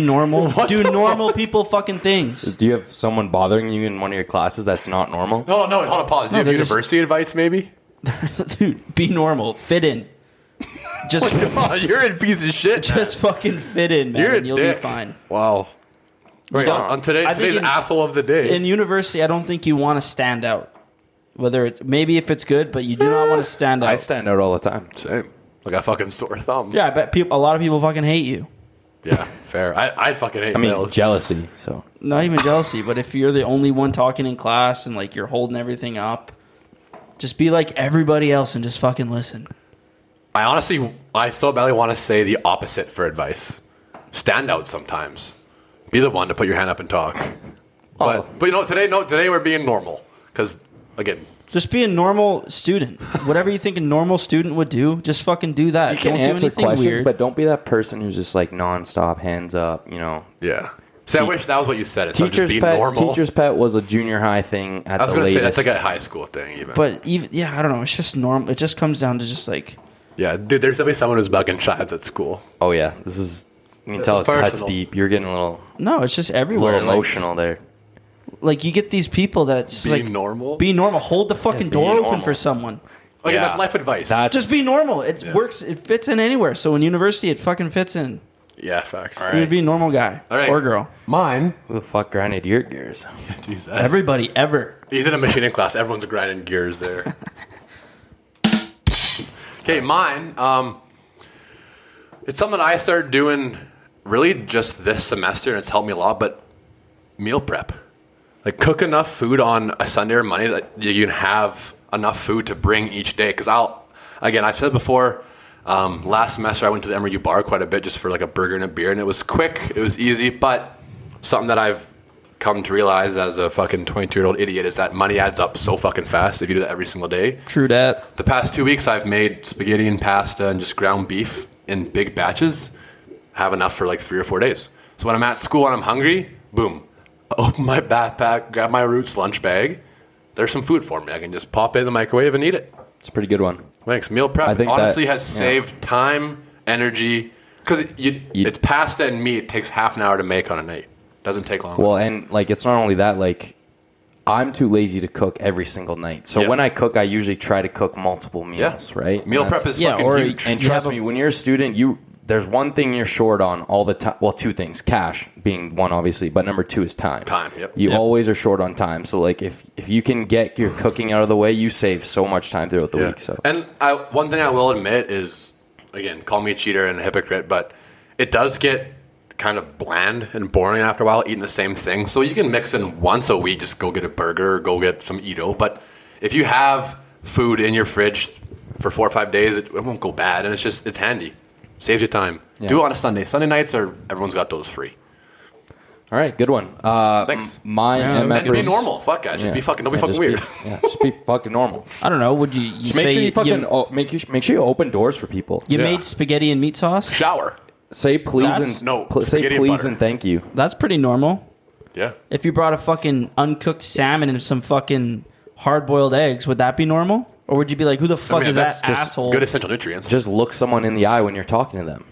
normal. Do normal people fucking things. Do you have someone bothering you in one of your classes that's not normal? No, no, no, hold on, pause. Do you No, have they're just- university advice, maybe? Dude, be normal. Fit in. Just Oh, you're a piece of shit. just fucking fit in, man. You're a and you'll dick. be fine. Wow. Right, don't- on, on today, I think today's in- asshole of the day. In university, I don't think you want to stand out. Whether it's maybe if it's good, but you do not want to stand out. I stand out all the time. Same. Like a fucking sore thumb. yeah, I bet people, a lot of people fucking hate you. Yeah, fair. I, I'd fucking hate I mean, those. jealousy. So Not even jealousy, but if you're the only one talking in class and like you're holding everything up, just be like everybody else and just fucking listen. I honestly, I so badly want to say the opposite for advice. Stand out sometimes. Be the one to put your hand up and talk. But, Oh. but you know, today, no, today we're being normal. Because, again, Just be a normal student. Whatever you think a normal student would do, just fucking do that. you can don't do answer anything questions, weird. but don't be that person who's just like nonstop hands up. You know, yeah. See, I wish that was what you said. It's teacher's just be pet. normal. Teacher's pet was a junior high thing at I was the going to say, latest. that's like a high school thing, even. But even yeah, I don't know. It's just normal. It just comes down to just like yeah, dude, there's definitely someone who's bugging chives at school. oh yeah, this is. You can tell it is cuts personal. deep. You're getting a little, no, it's just everywhere. little like, emotional there. Like you get these people that's Be like normal? Be normal. Hold the fucking be door open normal. for someone. Like, Yeah. that's life advice. That's- Just be normal. It Yeah. works. It fits in anywhere. So in university, it fucking fits in. yeah, facts. You would be a normal guy All right. or girl. Mine. Who the fuck grinded your gears? Jesus. Everybody ever. He's in a machining class. Everyone's grinding gears there. okay, mine. Um, it's something I started doing really just this semester, and it's helped me a lot. But meal prep, like cook enough food on a Sunday or Monday that you can have enough food to bring each day. Because I'll, again, I've said before. Um, last semester, I went to the MRU bar quite a bit just for like a burger and a beer, and it was quick, it was easy, but something that I've come to realize as a fucking 22 year old idiot is that money adds up so fucking fast if you do that every single day. True dat. The past two weeks, I've made spaghetti and pasta and just ground beef in big batches. Have enough for like three or four days. So when I'm at school and I'm hungry, boom, I open my backpack, grab my Roots lunch bag. There's some food for me. I can just pop it in the microwave and eat it. It's a pretty good one. Thanks. Meal prep I think that- honestly has yeah. saved time, energy, because you, You- it's pasta and meat. It takes half an hour to make on a night. Doesn't take long. Well, and like it's not only that. Like I'm too lazy to cook every single night. So Yeah. when I cook, I usually try to cook multiple meals. Right? Meal And that's- prep is yeah, fucking or- huge. And You trust have a- me, when you're a student, you there's one thing you're short on all the time. Well, two things: cash being one, obviously, but number two is time. Time, yep. You Yep. always are short on time. So, like, if if you can get your cooking out of the way, you save so much time throughout the Yeah. week. So, And I, one thing I will admit is, again, call me a cheater and a hypocrite, but it does get kind of bland and boring after a while eating the same thing. So you can mix in once a week, just go get a burger or go get some Edo. But if you have food in your fridge for four or five days, it, it won't go bad, and it's just it's handy. Saves you time. Yeah. Do it on a Sunday. Sunday nights are everyone's got those free. all right, good one. Uh, Thanks. m- My Yeah, MFers- And be normal. Fuck guys. Just Yeah. be fucking. Don't be Yeah, fucking just weird. yeah, just be fucking normal. I don't know. Would you? you Just make say sure you fucking You, oh, make you make sure you open doors for people. you Yeah. made spaghetti and meat sauce. Shower. Say please That's- and no, pl- say spaghetti and please butter. and thank you. That's pretty normal. Yeah. If you brought a fucking uncooked salmon and some fucking hard-boiled eggs, would that be normal? Or would you be like, "Who the fuck is that just asshole?" Good essential nutrients. Just look someone in the eye when you're talking to them.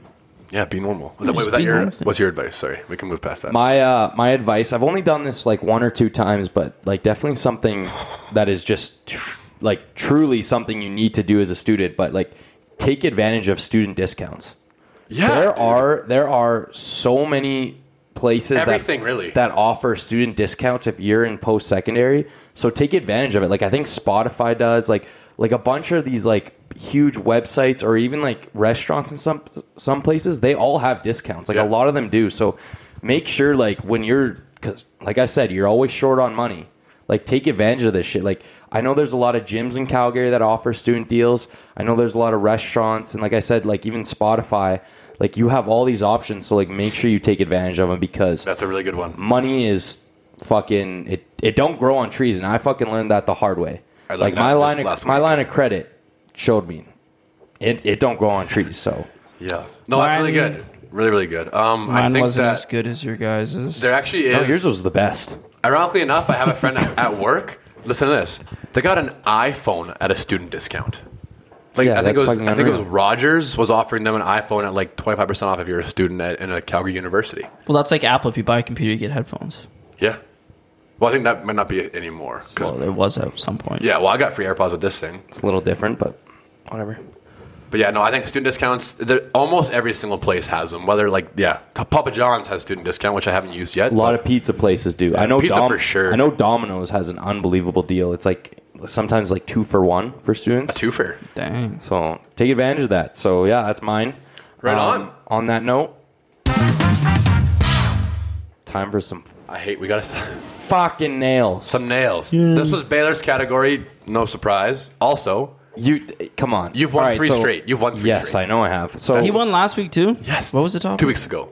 Yeah, be normal. Was that, Just wait, was that be your? normal. What's your advice? Sorry, we can move past that. My uh, my advice. I've only done this like one or two times, but like definitely something that is just tr- like truly something you need to do as a student. But like, take advantage of student discounts. yeah, There are there are so many places Everything, that really. that offer student discounts if you're in post secondary. So take advantage of it. Like I think Spotify does. Like like a bunch of these like huge websites or even like restaurants in some some places they all have discounts like Yeah. a lot of them do so make sure like when you're because like i said you're always short on money like take advantage of this shit like i know there's a lot of gyms in calgary that offer student deals i know there's a lot of restaurants and like i said like even spotify like you have all these options so like make sure you take advantage of them because That's a really good one. money is fucking it it don't grow on trees and i fucking learned that the hard way I learned like that my this line of, last my week. line of credit showed me it, it don't grow on trees so Yeah. No, that's really Mine- good. Really, really good. Um, I Mine think wasn't that as good as your guys's. there actually is. no, yours was the best Ironically enough, I have a friend at- at work. Listen to this. They got an iPhone at a student discount. Like Yeah, I think it that's was fucking I think it was unreal. Rogers was offering them an iPhone at like twenty five percent off if you're a student at in a Calgary university. well, that's like Apple. If you buy a computer, you get headphones. Yeah. Well, I think that might not be it anymore. 'cause- Well, there was at some point. yeah. Well, I got free AirPods with this thing. it's a little different but whatever But yeah, no, I think student discounts. they're- Almost every single place has them. Whether like yeah, Papa John's has student discount, which I haven't used yet. a lot of pizza places do i know pizza Dom- for sure. i know domino's has an unbelievable deal it's like sometimes like two for one for students two fair. Dang. so take advantage of that so yeah that's mine Um, Right on. on that note time for some I hate we got to. fucking nails Some nails. This was Baylor's category, no surprise. Also, You t- come on. You've won All right, three straight. You've won three yes, straight. I know I have. So He won last week too. Yes. What was the topic? two weeks ago.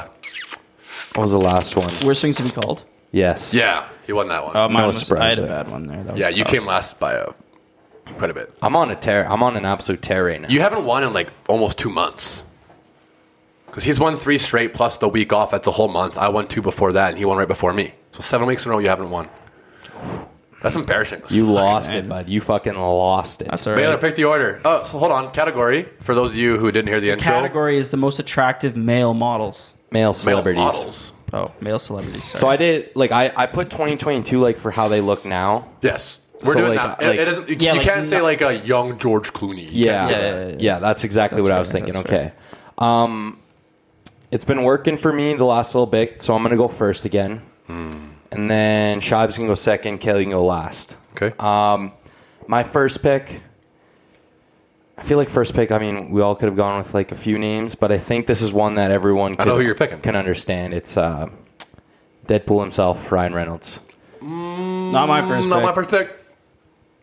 what was the last one? Worst things to be called. Yes. Yeah, he won that one. Um, Uh, mine was- I surprise had a there. bad one there. That was yeah, you tough. came last by a quite a bit. I'm on a tear. I'm on an absolute tear right now. You haven't won in like almost two months. Because he's won three straight plus the week off. That's a whole month. I won two before that, and he won right before me. So seven weeks in a row, you haven't won. That's embarrassing. You lost it, bud. You fucking lost it. That's all right. Baylor, pick the order. Oh, so hold on. Category for those of you who didn't hear the, intro. Category is the most attractive male models. Male male celebrities. models. Oh, male celebrities. Sorry. So I did like I, I put 2022 like for how they look now. Yes, we're So, doing like, uh, that. It- like- it isn't. You, Yeah, you like can't say not- like a young George Clooney. You Yeah. can't say Yeah, that. yeah, yeah. that's exactly That's what I was fair, thinking. that's Okay. Um it's been working for me the last little bit, so I'm going to go first again. Hmm. And then Shibes can go second, Kelly can go last. Okay. Um, my first pick. I feel like first pick. I mean, we all could have gone with like a few names, but I think this is one that everyone I could, know who you're picking. can understand. It's uh, Deadpool himself, Ryan Reynolds. not my first. Not pick. my first pick.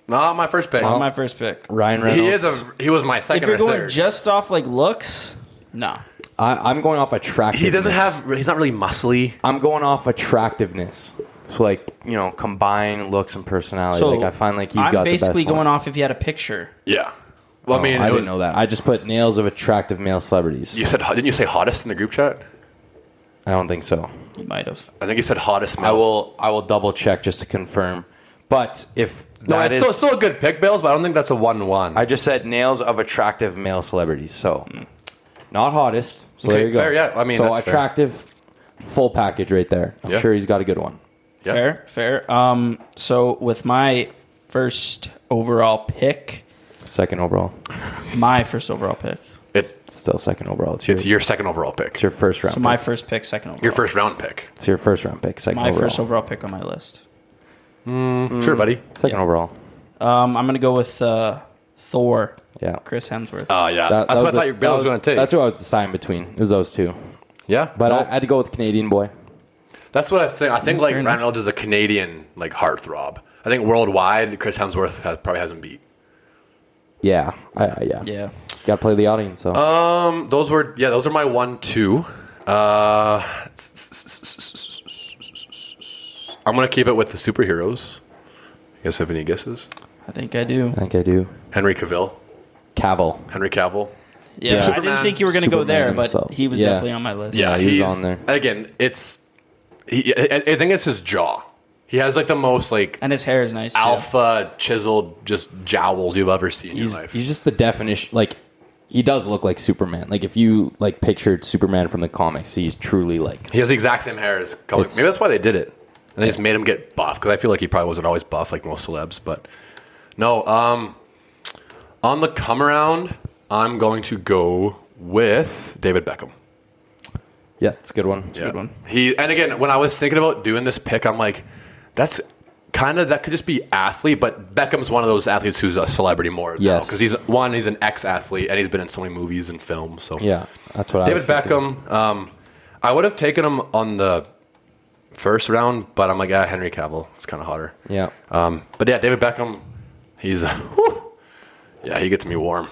Not my first pick. Not my first pick. Ryan Reynolds. he is a. He was my second If you're or going third. just off like looks, no. I, I'm going off attractiveness. he doesn't have. He's not really muscly. I'm going off attractiveness. So like you know, combine looks and personality. like I find like he's I'm got basically the best going one. off if you had a picture. Yeah. Well, I Oh, I, mean, it didn't was- know that. I just put nails of attractive male celebrities. You said didn't you say hottest in the group chat? I don't think so. You might have. I think you said hottest. I will. I will double check just to confirm. But if No, that it's is. still, still a good pick, Bales, but I don't think that's a one-one. I just said nails of attractive male celebrities. So, not hottest. So Hmm. Okay, there you go. fair, yeah, I mean, so that's fair. attractive, full package right there. I'm Yeah. sure he's got a good one. Yeah. Fair, fair. Um, so with my first overall pick, Second overall. my first overall pick, It's It's still second overall. It's your, it's your second overall pick. it's your first round. my pick. first pick, second overall, Your first round pick. It's your first round pick. Second my overall. first overall pick on my list. Mm. Sure, buddy. Second overall. Um, I'm gonna go with uh, Thor, Yeah. Chris Hemsworth. Oh yeah, That- that that's what I the- thought your Bales was that going to take. That's who I was deciding between. It was those two. yeah, But No, I, I had to go with Canadian boy. that's what I think. I think like fair Ryan enough. Reynolds is a Canadian like heartthrob. I think worldwide, Chris Hemsworth has, probably hasn't beat. Yeah. I, I- yeah. Uh, yeah, Got to play the audience. So Um, those were yeah, those are my one two. Uh, I'm gonna keep it with the superheroes. You guys have any guesses? I think I do. I think I do. Henry Cavill, Cavill. Henry Cavill. Yeah, I didn't Superman- think you were gonna go Superman there, but himself. he was Yeah. definitely on my list. Yeah, he was he's on there. again. It's he, I, I think it's his jaw. He has like the most like and his hair is nice. too. alpha chiseled just jowls you've ever seen in your he's life. he's just the definition. Like he does look like Superman. Like if you like pictured Superman from the comics, he's truly like. he has the exact same hair as Cullen. It's- Maybe that's why they did it. And they just made him get buff because I feel like he probably wasn't always buff like most celebs. But no, um, on the come around, I'm going to go with David Beckham. Yeah, it's a good one. Yeah. good one. He and again, when I was thinking about doing this pick, I'm like, that's kind of that could just be athlete, but Beckham's one of those athletes who's a celebrity more. Yes. because he's one, he's an ex-athlete, and he's been in so many movies and films. So Yeah, that's what I David was thinking. Beckham. Um, I would have taken him on the first round, but I'm like, ah, Henry Cavill. It's kind of hotter. Yeah. Um, but yeah, David Beckham, he's whew. yeah, he gets me warm.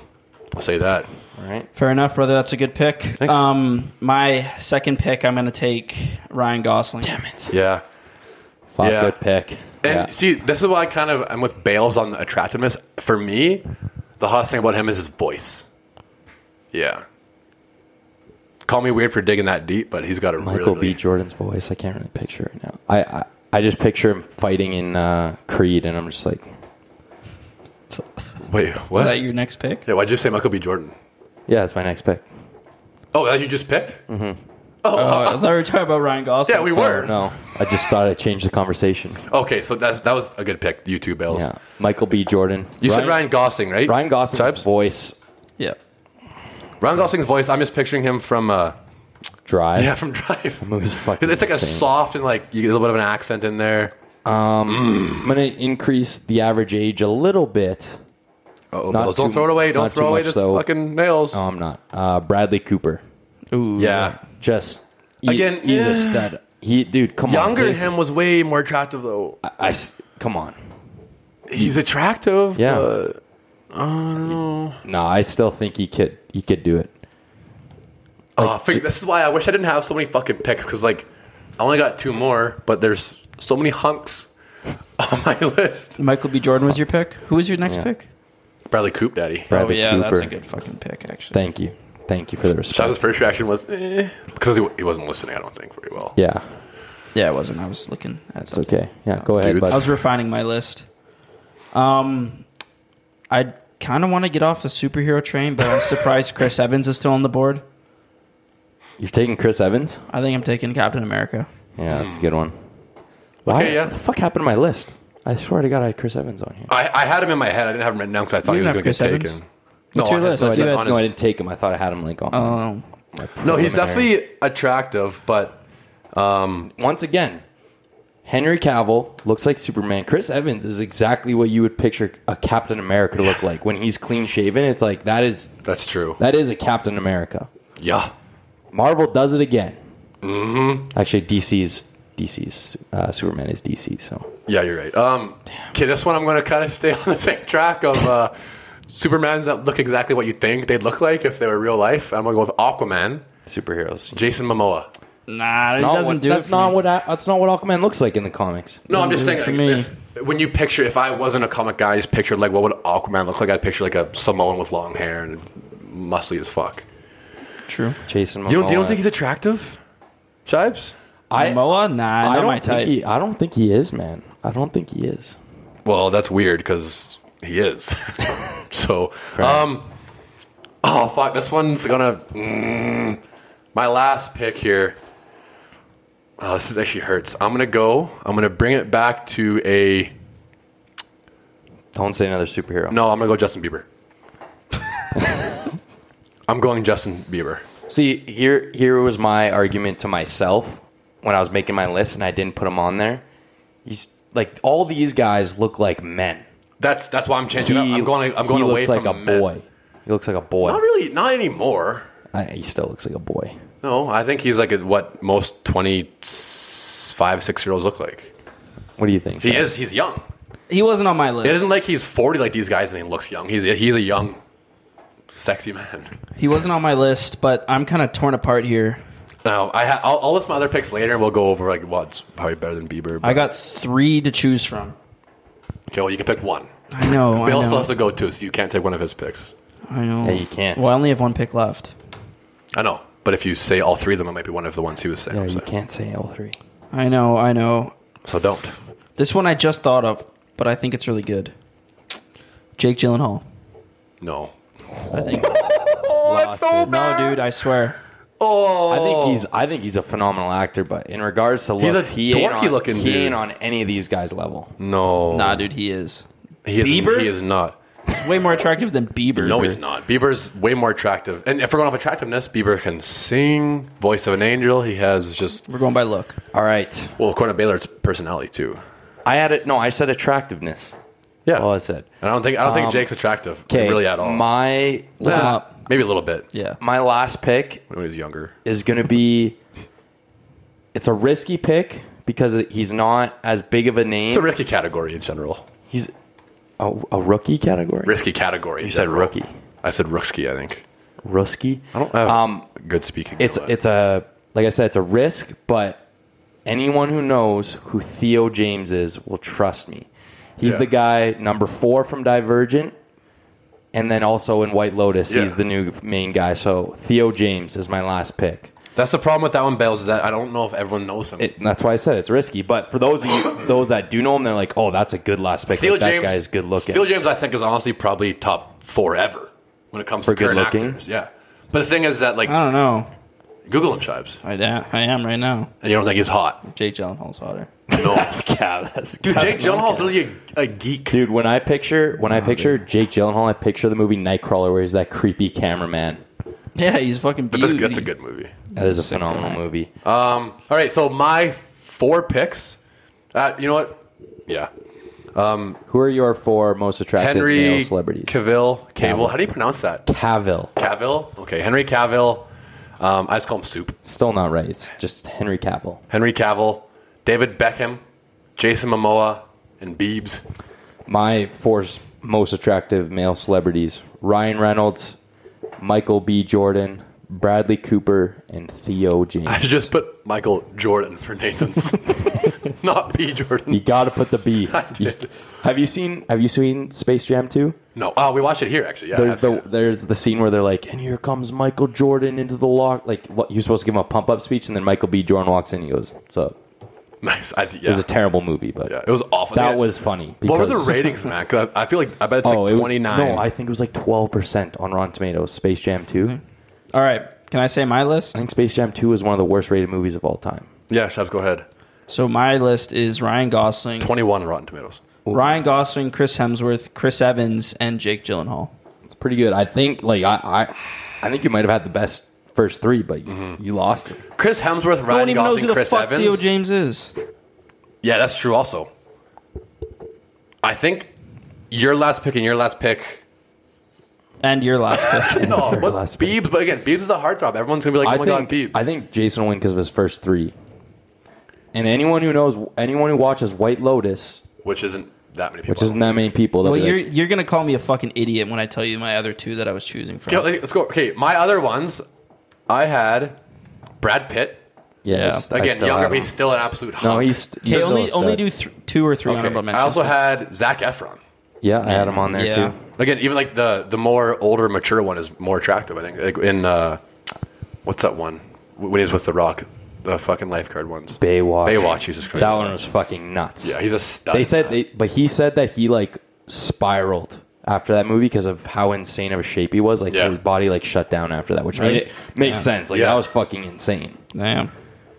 I'll say that. All right. Fair enough, brother. That's a good pick. Um, my second pick, I'm going to take Ryan Gosling. Damn it. Yeah. Fuck, Yeah. good pick. And yeah. see, this is why I kind of am with Bales on the attractiveness. For me, the hottest thing about him is his voice. Yeah. Call me weird for digging that deep, but he's got a Michael really, B. Jordan's voice. I can't really picture it now. I, I I just picture him fighting in uh, Creed, and I'm just like, Wait, Is what? that your next pick? yeah, why'd you say Michael B. Jordan? yeah, that's my next pick. Oh, that you just picked? Oh, I thought we were talking about Ryan Gosling. Yeah, we So- were. No, I just thought I'd change the conversation. Okay, so that's that was a good pick, you two, Bales. Yeah, Michael B. Jordan. You said Ryan Gosling, right? Ryan Gosling's Stripes? voice Yeah. Ryan Gosling's voice. I'm just picturing him from uh, drive. yeah, from Drive. movie's fucking. It's like a insane. soft and like you get a little bit of an accent in there. I'm gonna increase the average age a little bit. Oh, Not Bales, don't too- throw it away! Don't not throw too away much, this though. fucking nails. No, I'm not. Uh, Bradley Cooper. Ooh. yeah, Just he- Again, he's yeah. a stud. He, dude, come on. younger his- him was way more attractive though. I- I s- come on. He's attractive. Yeah. but I don't know. No, I still think he could. He could do it. Oh, Aw, fig- this is why I wish I didn't have so many fucking picks because like I only got two more, but there's so many hunks on my list. Michael B. Jordan was your pick. Who was your next Yeah. pick? Bradley Coop, daddy. Oh, Bradley yeah, Cooper. that's a good fucking pick, actually. Thank you. Thank you for the Chaz's response. first reaction was eh, because he, he wasn't listening. I don't think very well. Yeah, yeah, it wasn't. I was looking at it's something. okay. Yeah, go ahead. Dudes. bud. I was refining my list. Um, I kind of want to get off the superhero train, but I'm surprised Chris Evans is still on the board. You're taking Chris Evans. I think I'm taking Captain America. Yeah, that's a good one. Okay, yeah. What the fuck happened to my list? I swear to God, I had Chris Evans on here. I, I had him in my head. I didn't have him written down because I thought You he was didn't going to get have Chris taken. Evans? What's your on his- list? That's on even- his- no, I didn't take him. I thought I had him like on. my- Oh, my No, he's preliminary. definitely attractive, but once again. Henry Cavill looks like Superman. Chris Evans is exactly what you would picture a Captain America to look like when he's clean shaven. It's like that is that's true. that is a Captain America. yeah. Marvel does it again. Mm-hmm. Actually, DC's DC's uh, Superman is DC. So Yeah, you're right. Um, okay, this one I'm going to kind of stay on the same track of uh, Supermans that look exactly what you think they'd look like if they were real life. I'm going to go with Aquaman, superheroes. Jason Momoa. nah, it doesn't what, do that's it for not me. what I, that's not what Aquaman looks like in the comics. No, I'm just Ooh, saying, for like, me. if, when you picture, if I wasn't a comic guy, I just pictured, like, what would Aquaman look like? I'd picture, like, a Samoan with long hair and muscly as fuck. True. Jason Momoa. You don't, you don't think he's attractive, Shibes? I, Momoa? Nah, I not don't my think type. he. I don't think he is, man. I don't think he is. Well, that's weird because he is. so, um, oh fuck, this one's gonna. mm, my last pick here. Oh, this is actually hurts. I'm gonna go. I'm gonna bring it back to a. Don't say another superhero. No, I'm gonna go Justin Bieber. I'm going Justin Bieber. See, here here was my argument to myself when I was making my list and I didn't put him on there. He's like all these guys look like men. That's that's why I'm changing up. I'm going. I'm going he away looks like from a men. boy. He looks like a boy. Not really. Not anymore. I, he still looks like a boy. No, I think he's like what most 25, 6 year olds look like. What do you think? He Sean? is. He's young. He wasn't on my It list. isn't like he's 40 like these guys and he looks young. He's he's a young, sexy man. He wasn't on my list, but I'm kind of torn apart here. Now, I ha- I'll, I'll list my other picks later and we'll go over like what's probably better than Bieber. I but- got three to choose from. Okay, well, you can pick one. I know. I Bill still know. has to go too, so you can't take one of his picks. I know. Yeah, you can't. Well, I only have one pick left. I know, but if you say all three of them, it might be one of the ones he was saying. Yeah, you so. can't say all three. I know. I know. so don't. This one I just thought of, but I think it's really good. Jake Gyllenhaal. No. I think. Oh, that's so Lost it. no, dude, I swear. Oh, I think he's I think he's a phenomenal actor, but in regards to He's a looks, he ain't dorky on, looking he dude. Mm. ain't on any of these guys' level. no. Nah, dude, he is. He is, Bieber? He is not. Way more attractive than Bieber. No, he's not. Bieber's way more attractive. And if we're going off attractiveness, Bieber can sing, voice of an angel. He has just We're going by look. All right, Well, according to Baylor, it's personality too. I had it. No, I said attractiveness. Yeah. That's all I said. I don't think I don't think Um, Jake's attractive Okay. really at all. My Look him Nah, up. Maybe a little bit. Yeah. my last pick When he was younger. is going to be. It's a risky pick because he's not as big of a name. It's a risky category in general. he's a, a rookie category. Risky category. You in said general. rookie. I said rookie, I think. Rusky. I don't have Um, good speaking. it's but- it's a like I said, it's a risk, but anyone who knows who Theo James is will trust me. He's Yeah. the guy number four from Divergent, and then also in White Lotus, he's Yeah. the new main guy. So Theo James is my last pick. that's the problem with that one, Bales, is that I don't know if everyone knows him. It, that's why I said it's risky. But for those of you, those that do know him, they're like, "Oh, that's a good last pick. Steel Like, that James guy's good looking." Steel James, I think, is honestly probably top four ever when it comes For to current good looking? actors. Yeah, but the thing is that like I don't know. Google him, Chives, I, da- I am right now. and you don't think he's hot. Jake Gyllenhaal's hotter. No. that's yeah, that's Dude, that's Jake Oh, Gyllenhaal's literally a, a geek. Dude, when I picture when I picture Jake Gyllenhaal, I picture the movie Nightcrawler, where he's that creepy cameraman. Yeah, he's fucking that's, beauty. that's a good movie. That is a Sick phenomenal guy. movie. Um, all right, so my four picks. Uh, you know what? Yeah, Who are your four most attractive Henry male celebrities? Cavill. Cavill. Cavill. How do you pronounce that? Cavill. Cavill. Okay, Henry Cavill. Um, I just call him Soup. Still not right. It's just Henry Cavill. Henry Cavill, David Beckham, Jason Momoa, and Biebs. My four s- most attractive male celebrities: Ryan Reynolds, Michael B. Jordan, Bradley Cooper, and Theo I James. just put Michael Jordan for Nathan's, not B You Jordan. got to put the B. I did. Have you seen Have you seen Space Jam 2? No, oh, we watched it here actually. Yeah, There's I've the seen it. there's the scene where they're like, and here comes Michael Jordan into the lock. Like what, you're supposed to give him a pump up speech, and then Michael B. Jordan walks in. And he goes, "What's up?" nice. I, th- It yeah, was a terrible movie, but yeah, it was awful. that Yeah. was funny. What were the because- ratings, Mac? 'Cause I, I feel like I bet it's Oh, like it was- 29. no, I think it was like twelve percent on Rotten Tomatoes. Space Jam Two. All right. Can I say my list? I think Space Jam Two is one of the worst rated movies of all time. yeah, Shabs, go ahead. So my list is Ryan Gosling, 21 on Rotten Tomatoes. Ryan Gosling, Chris Hemsworth, Chris Evans, and Jake Gyllenhaal. It's pretty good. I think like I I, I think you might have had the best first three, but you, you lost it. Chris Hemsworth, No one Ryan even knows Gosling, who the Chris fuck Evans. Theo James is. Yeah, that's true. Also, I think your last pick and your last pick. And your last pick. No, Your what, last pick. Biebs, but again, Biebs is a heartthrob. Everyone's gonna be like, "Oh I my think god, Biebs." I think Jason will win because of his first three. And anyone who knows, anyone who watches White Lotus, which isn't that many people. which isn't that many people, that well, will be you're like, you're gonna call me a fucking idiot when I tell you my other two that I was choosing from. Yeah, like, let's go. Okay, my other ones, I had Brad Pitt. yeah, Yeah. I s- I Again, still younger, have but him. he's still an absolute. no, hunk. he's, he's Okay, still a only stud. only do th- two or three honorable Okay. I mentions. also had Zach Efron. yeah, I had him on there Yeah. too. Again, even like the the more older, mature one is more attractive. I think. Like in uh, what's that one when he's with the Rock, the fucking lifeguard ones. Baywatch, Baywatch, Jesus Christ. that one was fucking nuts. Yeah, he's a stud. they said they, but he said that he like spiraled after that movie because of how insane of a shape he was. Like Yeah. his body like shut down after that, which made it makes Yeah. sense. Like Yeah. that was fucking insane. Damn.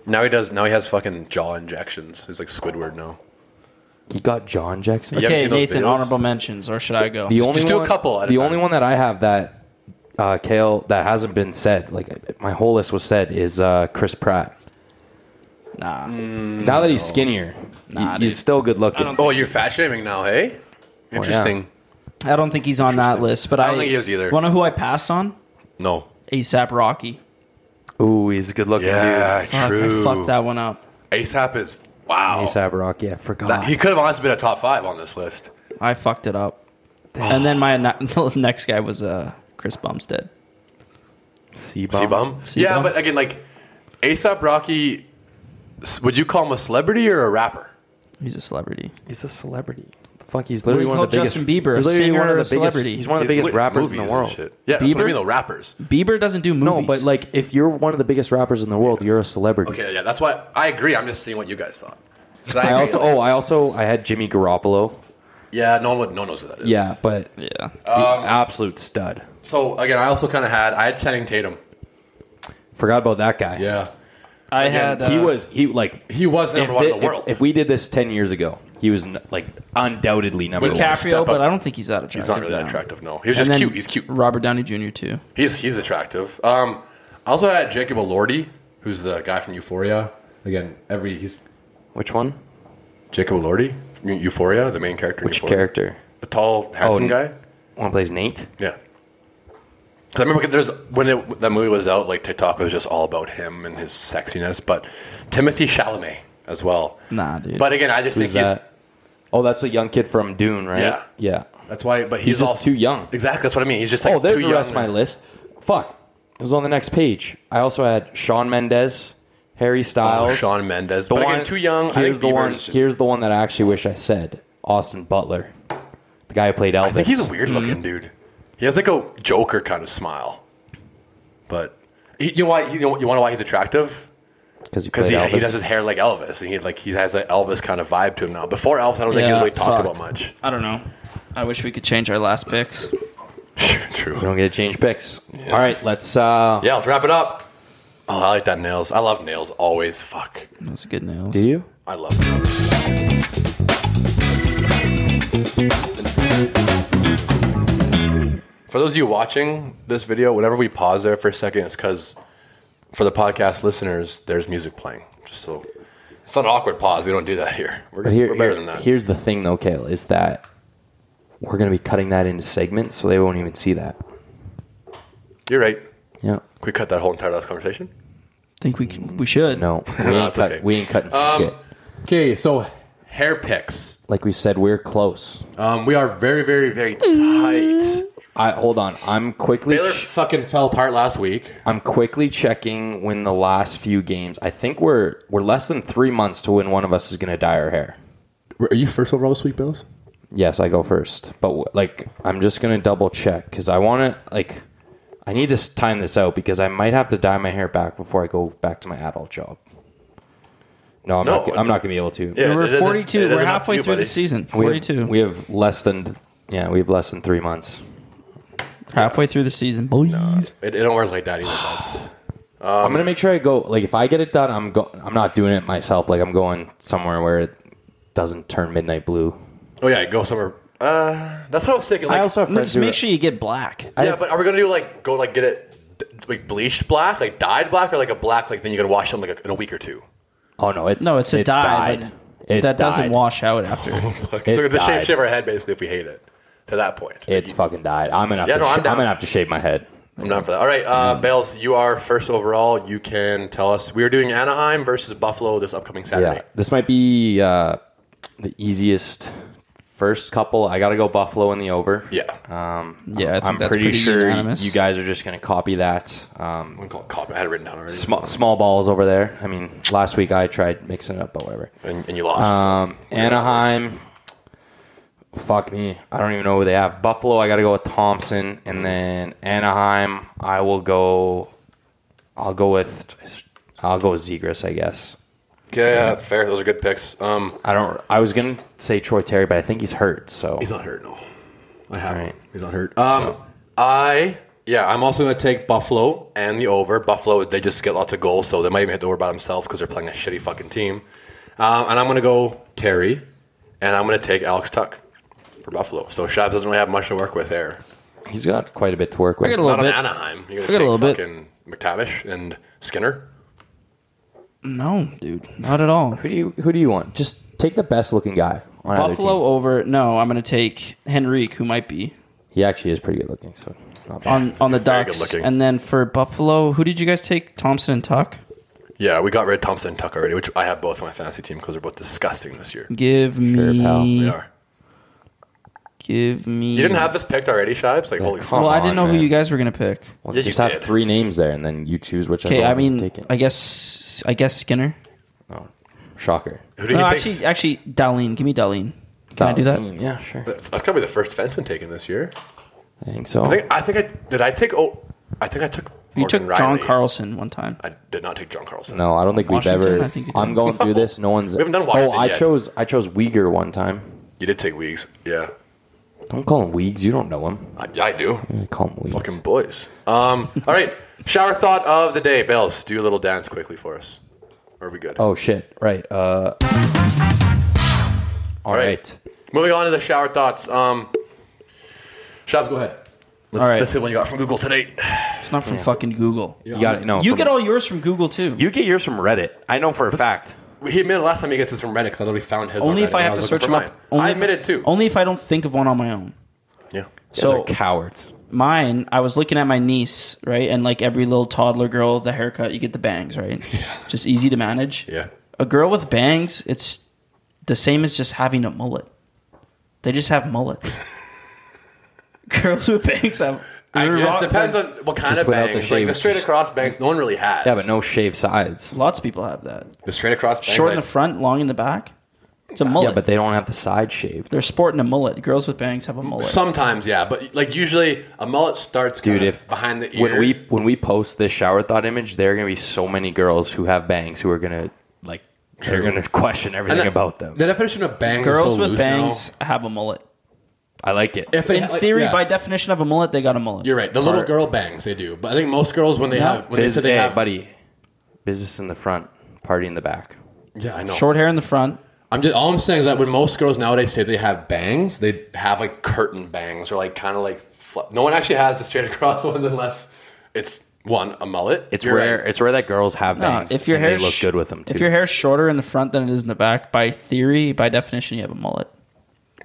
now he does. Now he has fucking jaw injections. He's like Squidward now. He got John Jackson. You haven't Okay, seen those Nathan, videos? honorable mentions, or should I go? The only do a one, couple at a the time. only one that I have that uh, Kale that hasn't been said. Like my whole list was said is uh, Chris Pratt. nah. now that he's skinnier, Nah, he- he's dude. still good looking. I don't- Oh, you're fat shaming now, hey? Oh, Interesting. I don't think he's on that list, but I don't think he is either. Want to know who I passed on? No. ASAP Rocky. Ooh, he's a good looking Yeah, Fuck, true. I fucked that one up. ASAP is wow. dude. ASAP Rocky. I forgot. That- he could have honestly been a top five on this list. I fucked it up. And then my ne- next guy was uh, Chris Bumstead. C-bomb. C bum. Yeah, C-Bum? but again, like ASAP Rocky, s- would you call him a celebrity or a rapper? He's a celebrity. He's a celebrity. The fuck, he's do literally you one of the call biggest. Justin Bieber, a he's literally singer one or of the a biggest- celebrity? He's one of the He's biggest lit- rappers in the movies and world. shit. Yeah, that's what I Bieber? mean though, rappers. Bieber doesn't do movies. No, but like if you're one of the biggest rappers in the world, you're a celebrity. Okay, yeah, that's why I agree. I'm just seeing what you guys thought. 'Cause I agree, also like- oh I also I had Jimmy Garoppolo. yeah, no one would, no one knows who that is. Yeah, but yeah. Uh, Um, absolute stud. So again, I also kind of had I had Channing Tatum. Forgot about that guy. Yeah, I again, had he uh, was he like he was number one thi- in the world. If, we did this ten years ago, he was n- like undoubtedly number one. step DiCaprio, up. but I don't think he's that attractive. he's not really that now. attractive. No, he was And just then cute. He's cute. Robert Downey Jr. too. He's he's attractive. Um, I also had Jacob Elordi, who's the guy from Euphoria. Again, every he's Which one? Jacob Elordi Euphoria, the main character. in Which Euphoria. character? Oh, The tall, handsome n- guy. One plays Nate. Yeah. 'Cause I remember there's when it, that movie was out, like TikTok was just all about him and his sexiness, but Timothy Chalamet as well. Nah, dude. But again, I just Who's think he's that? Oh, that's a young kid from Dune, right? Yeah. Yeah. that's why. But he's, He's just also- too young. Exactly, that's what I mean. He's just like oh, there's too the rest of young. my list. Fuck. It was on the next page. I also had Sean Mendez, Harry Styles. Oh, Sean Mendes. The but one, again, too young. I think Here's the Bieber's one. just- Here's the one that I actually wish I said. Austin Butler, the guy who played Elvis. I think he's a weird looking dude. He has like a Joker kind of smile. But he, you know why? You know you want to know why he's attractive? because he Because played he, Elvis. he does his hair like Elvis, and he like he has an Elvis kind of vibe to him now. Before Elvis, I don't think he was Yeah, really talked fuck. about much. I don't know. I wish we could change our last picks. True. we don't get to change picks. All right, let's. uh Yeah, let's wrap it up. Oh, I like that nails. I love nails always. Fuck, That's good news. Do you? I love nails. For those of you watching this video, whenever we pause there for a second, it's because for the podcast listeners, there's music playing. Just so it's not an awkward pause. We don't do that here. We're, But here, we're better here- than that. here's the thing, though, Kale, is that we're going to be cutting that into segments, so they won't even see that. You're right. Can Yeah. we cut that whole entire last conversation? think we can, we should. No, we No, ain't, it's cut, okay. Um, we ain't cutting shit. Okay, so hair picks. Like we said, we're close. Um, we are very, very, very tight. I hold on. I'm quickly. Baylor ch- fucking fell apart last week. I'm quickly checking when the last few games. I think we're we're less than three months to when one of us is going to dye our hair. Are you first overall this week, Bills? Yes, I go first, but w- like I'm just going to double check because I want to like I need to s- time this out because I might have to dye my hair back before I go back to my adult job. No, I'm No, not. g- I'm not going to be able to. Yeah, it We're isn't- it 42. isn't We're up to halfway you, through buddy. the season. We have- 42. We have less than yeah, we have less than three months. halfway through the season. Oh, Boys. It, it don't work like that either, buds. Um, I'm gonna make sure I go. Like if I get it done, I'm go. I'm not doing it myself. Like I'm going somewhere where it doesn't turn midnight blue. Oh yeah, go somewhere. Uh, that's what I was thinking. Like, I also have friends Just who- make sure you get black. yeah, but are we gonna do like go like get it d- like bleached black, like dyed black, or like a black like then you can wash them like a, in a week or two? Oh no, it's No, it's a dye. but It's that doesn't dyed. wash out after. so it's the shape dyed. shave our head basically if we hate it. To that point, It's fucking died. I'm gonna have Yeah, to. no, sh- I'm I'm, down. gonna have to shave my head. I'm not for that. All right, Mm. uh, Bales, you are first overall. You can tell us we are doing Anaheim versus Buffalo this upcoming Saturday. Yeah, this might be uh, the easiest first couple. I gotta go Buffalo in the over. Yeah, Um, Yeah, I think I'm that's pretty, pretty sure unanimous. you guys are just gonna copy that. Um, I'm gonna call it cop. I had it written down already, small, small balls over there. I mean, last week I tried mixing it up, but whatever. and, and you lost. Um, Anaheim. Fuck me. I don't even know who they have. Buffalo, I got to go with Thompson. And then Anaheim, I will go. I'll go with. I'll go with Zegras, I guess. Okay, yeah, that's fair. Those are good picks. Um, I don't. I was going to say Troy Terry, but I think he's hurt. So. he's not hurt. No, I have. All him. right. He's not hurt. Um, I yeah, I'm also gonna take Buffalo and the over. Buffalo, they just get lots of goals, so they might even hit the over by themselves because they're playing a shitty fucking team. Um, and I'm gonna go Terry, and I'm gonna take Alex Tuck for Buffalo. So Shabs doesn't really have much to work with there. he's got quite a bit to work with. I got a little Not on bit. Anaheim. You're I got a gonna little take bit. fucking McTavish and Skinner. No, dude, not at all. who do you Who do you want? Just take the best looking guy on either Buffalo team. over. No, I'm going to take Henrique, who might be He actually is pretty good looking. So. Not bad. on on the very good Ducks. looking. And then for Buffalo, who did you guys take? Thompson and Tuck. Yeah, we got rid of Thompson and Tuck already, which I have both on my fantasy team because they're both disgusting this year. Give Sure, pal. They me, are. give me. You didn't have this picked already, Shibes? Like, holy come fuck. Well, I didn't on, know who man. you guys were going to pick. Well, Yeah, you just have did. three names there, and then you choose which. Okay, I mean, take it. Oh, I guess, I guess Skinner. Shocker. Who do No, you actually, think? actually, Darlene. Give me Darlene. Can I do that? Yeah, sure. That's, that's gotta be the first defenseman taken this year. I think so. I think I think I did. I take oh, I think I took. You Morgan took John Riley. Carlson one time. I did not take John Carlson. No, I don't think Washington, we've ever. I think you did. I'm going through this. No one's. We haven't done oh, Washington I yet. chose. I chose Uyghur one time. You did take Weeks. Yeah, Don't call him Weegs. You don't know him. I, I do. I call him Weegs. Fucking boys. Um. All right. Shower thought of the day. Bells, do a little dance quickly for us. Are we good? Oh shit! Right. Uh. All All right. right. Moving on to the shower thoughts. Um. Shabs, go ahead. Let's, All right. Let's see what you got from Google today. It's not from fucking Google. You got it. No. You from- get all yours from Google too. You get yours from Reddit. I know for a fact. He admitted last time he gets this from Reddit because I literally found his. on Only if Reddit I when have to was search looking for them up. mine. Only I if- admitted too. Only if I don't think of one on my own. yeah. So So cowards. mine, I was looking at my niece, right, and like every little toddler girl, the haircut, you get the bangs, right? Yeah. Just easy to manage. Yeah. A girl with bangs, it's the same as just having a mullet. They just have mullets. Girls with bangs have. I guess Rock- depends on what kind Just of without bangs. the like shave, the it's straight just- across bangs, no one really has. Yeah, but no shaved sides. Lots of people have that. the straight across bangs. Short in like- the front, long in the back. It's a mullet. Yeah, but they don't have the side shaved. They're sporting a mullet. Girls with bangs have a mullet. Sometimes, yeah, but like usually a mullet starts Dude, kinda if behind the ear. when we when we post this shower thought image, there are gonna be so many girls who have bangs who are gonna like they're gonna question everything And the- about them. The definition of bangs. is Girls so with loose now. bangs have a mullet. I like it. If they In ha- like, theory, yeah, by definition of a mullet, they got a mullet. you're right. The little Or- girl bangs they do, but I think most girls when they Yeah. have when Biz, they say they hey, have, buddy, business in the front, party in the back. yeah, I know. Short hair in the front. I'm just all I'm saying is that when most girls nowadays say they have bangs, they have like curtain bangs or like kind of like fl- no one actually has the straight across ones unless it's one a mullet. It's You're rare. right. It's rare that girls have No, bangs. if your and hair they look good with them too. If your hair's shorter in the front than it is in the back, by theory, by definition, you have a mullet.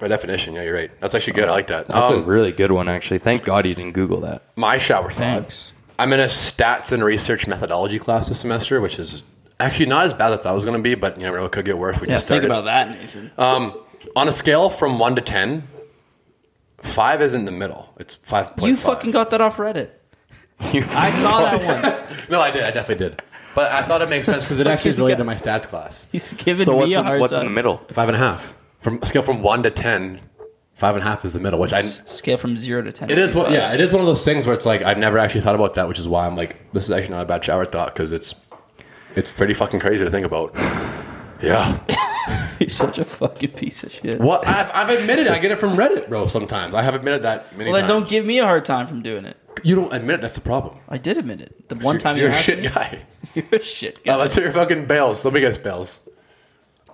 by definition. Yeah, you're right. That's actually good. I like that. That's a Um, really good one, actually. Thank God you didn't Google that. my shower thought. Thanks. I'm in a stats and research methodology class this semester, which is actually not as bad as I thought it was going to be, but you know, it could get worse. We Yeah, just think started. about that, Nathan. Um, on a scale from one to ten, five is in the middle. It's five. you fucking got that off Reddit. I saw that one. No, I did. I definitely did. But I thought it makes sense because it actually is related to my stats class. He's giving So what's, me a in, hard what's in time. the middle? Five and a half. From a scale from one to ten, five and a half is the middle, which I. S- Scale from zero to ten. It is what, yeah. It is one of those things where it's like I've never actually thought about that, which is why I'm like, this is actually not a bad shower thought because it's, it's pretty fucking crazy to think about. Yeah. You're such a fucking piece of shit. What I've, I've admitted, I get it from Reddit, bro. Sometimes I have admitted that many Well, then times. don't give me a hard time from doing it. you don't admit it. That's the problem. I did admit it. The one You're- time you're, you a asked shit me, guy. you're a shit guy. Now let's hear your fucking bells. Let me guess bells.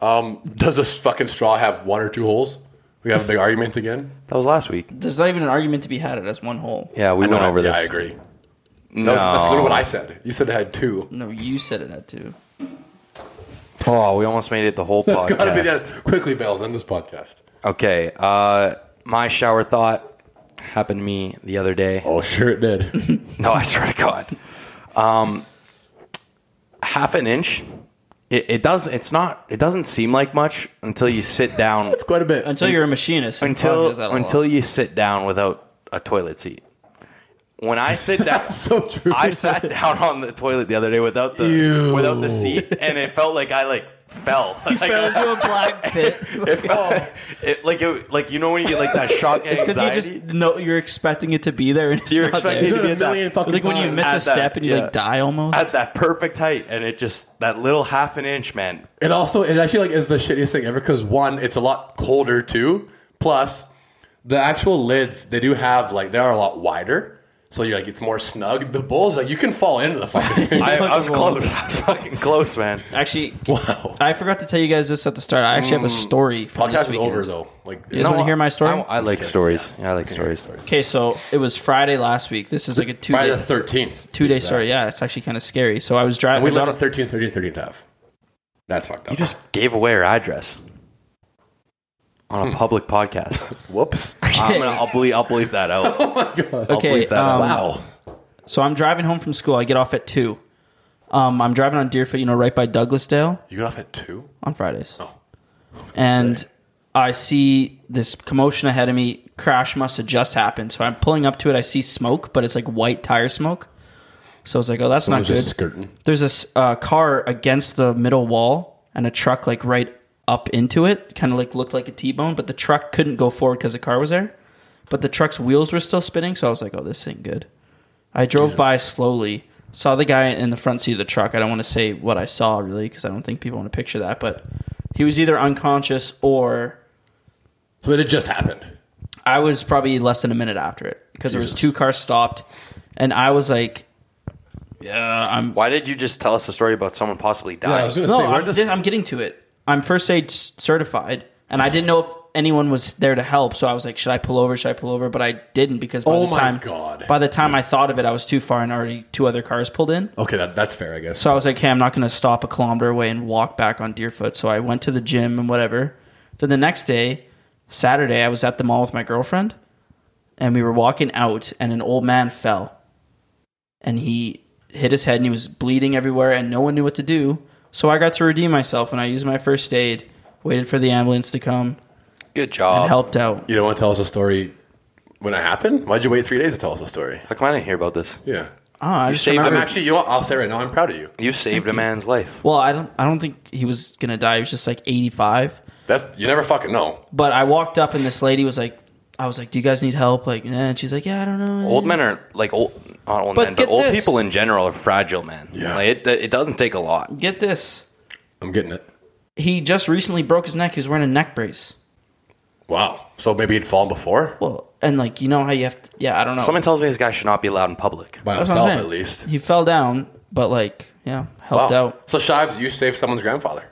Um, does this fucking straw have one or two holes? We have a big argument again. That was last week. There's not even an argument to be had. It has one hole. Yeah, we I know went I- over yeah, this. I agree. No, That was, That's literally what I said. You said it had two. No, you said it had to. Oh, we almost made it the whole That's podcast. gotta be that. Quickly, bells. End this podcast. Okay. Uh, my shower thought happened to me the other day. Oh, sure it did. No, I swear to God. Um, half an inch. It, it does. It's not. It doesn't seem like much until you sit down. It's quite a bit. Until you're a machinist. and Todd until does that a lot. until you sit down without a toilet seat. When I sit down, so true. I sat down on the toilet the other day without the Ew. without the seat, and it felt like I like fell. you fell into a black pit. It felt it, like it, like you know when you get like that shock It's because you anxiety. just know you're expecting it to be there and it's You're not expecting there. it to be a million fucking It's like when you times. miss At a that, step and you yeah. like die almost. at that perfect height, and it just that little half an inch, man. It also it actually like is the shittiest thing ever because one, it's a lot colder too. Plus, the actual lids they do have like they are a lot wider, so you're like it's more snug. The bowls like you can fall into the fucking thing. I, I was close. I was fucking close, man. actually, wow. I forgot to tell you guys this at the start. I actually have a Mm. story from this Podcast is weekend. over though. Like You guys want to hear my story? I, I like stories. Yeah, I like stories. okay, so it was Friday last week. This is like a two Friday the day, thirteenth. two day story. Yeah, it's actually kind of scary. So I was driving. We I got live on a- thirteenth, thirteenth, thirteenth half. That's fucked up. You just gave away her address on Hmm. a public podcast. whoops. I'm gonna. I'll bleep. I'll bleep that out. okay, bleep that um, out. wow. so I'm driving home from school. I get off at two. Um, I'm driving on Deerfoot, you know, right by Douglasdale. You got off at two? on Fridays. Oh. And I see this commotion ahead of me. Crash must have just happened. So I'm pulling up to it. I see smoke, but it's like white tire smoke. So I was like, oh, that's not Someone's good. just skirting. There's this uh, car against the middle wall and a truck like right up into it. Kind of like looked like a T bone, but the truck couldn't go forward because the car was there. But the truck's wheels were still spinning. So I was like, oh, this ain't good. I drove by slowly, saw the guy in the front seat of the truck. I don't want to say what I saw really because I don't think people want to picture that, but he was either unconscious or So it had just happened. I was probably less than a minute after it because there was Jesus. two cars stopped, and I was like, "Yeah, I'm." Why did you just tell us a story about someone possibly dying? gonna No, I'm, I'm getting to it. I'm first aid s- certified, and I didn't know if anyone was there to help, so I was like, "Should I pull over? Should I pull over?" But I didn't because by Oh the my time, God. by the time I thought of it, I was too far and already two other cars pulled in. Okay, that, that's fair, I guess. So I was like, "Hey, I'm not going to stop a kilometer away and walk back on Deerfoot." So I went to the gym and whatever. Then the next day, Saturday, I was at the mall with my girlfriend, and we were walking out, and an old man fell, and he hit his head, and he was bleeding everywhere, and no one knew what to do. So I got to redeem myself, and I used my first aid, waited for the ambulance to come, Good and job. helped out. You don't want to tell us a story when it happened? Why'd you wait three days to tell us a story? How come I didn't hear about this? Yeah. Oh, I You just saved remember- I'm actually, you know what? I'll say right now, I'm proud of you. You saved a man's life. well, I don't, I don't think he was gonna die. He was just like 85. That's You never fucking know. But I walked up and this lady was like, I was like, "Do you guys need help?" Like, eh, and she's like, "Yeah, I don't know." eh." Old men are like old, not old Mm. But men, but get old this. people in general are fragile, man. Yeah. Like, it, it doesn't take a lot. Get this. I'm getting it. He just recently broke his neck. He was wearing a neck brace. Wow. So maybe he'd fallen before? Well, and like you know how you have to. Yeah, I don't know. Someone tells me this guy should not be allowed in public. By That's what himself, I'm saying. at least. he fell down, but like yeah, helped Wow. out. So, Shibes, you saved someone's grandfather.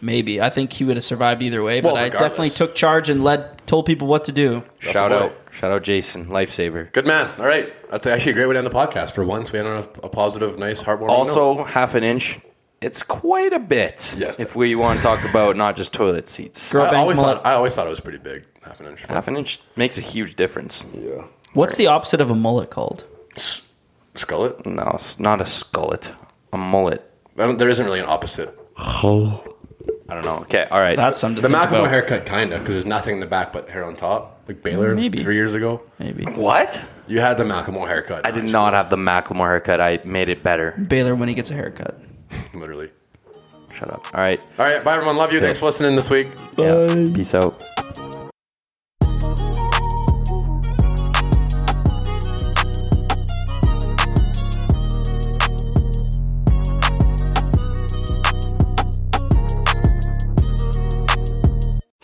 Maybe I think he would have survived either way. But Well, I regardless. definitely took charge and led, told people what to do. Shout the boy. out, shout out, Jason, lifesaver. Good man. All right. That's actually a great way to end the podcast. For once, we end on a, a positive, nice, heartwarming note. Also, half an inch. It's quite a bit. Yes. If we want to talk about not just toilet seats, Girl I bangs always, mullet. thought, I always thought it was pretty big, half an inch. half an inch makes a huge difference. Yeah. What's the opposite of a mullet called? Skullet? No, it's not a skullet, a mullet. I don't, there isn't really an opposite. I don't know. Okay, all right. That's something. The To think Macklemore about. haircut, kind of, because there's nothing in the back but hair on top. Like Baylor, Maybe. three years ago, Maybe what? you had the Macklemore haircut. I did not have the Macklemore haircut. I made it better. Baylor when he gets a haircut. Literally. Shut up. All right. All right, bye everyone. Love you. Sick. Thanks for listening this week. Yeah. Peace out.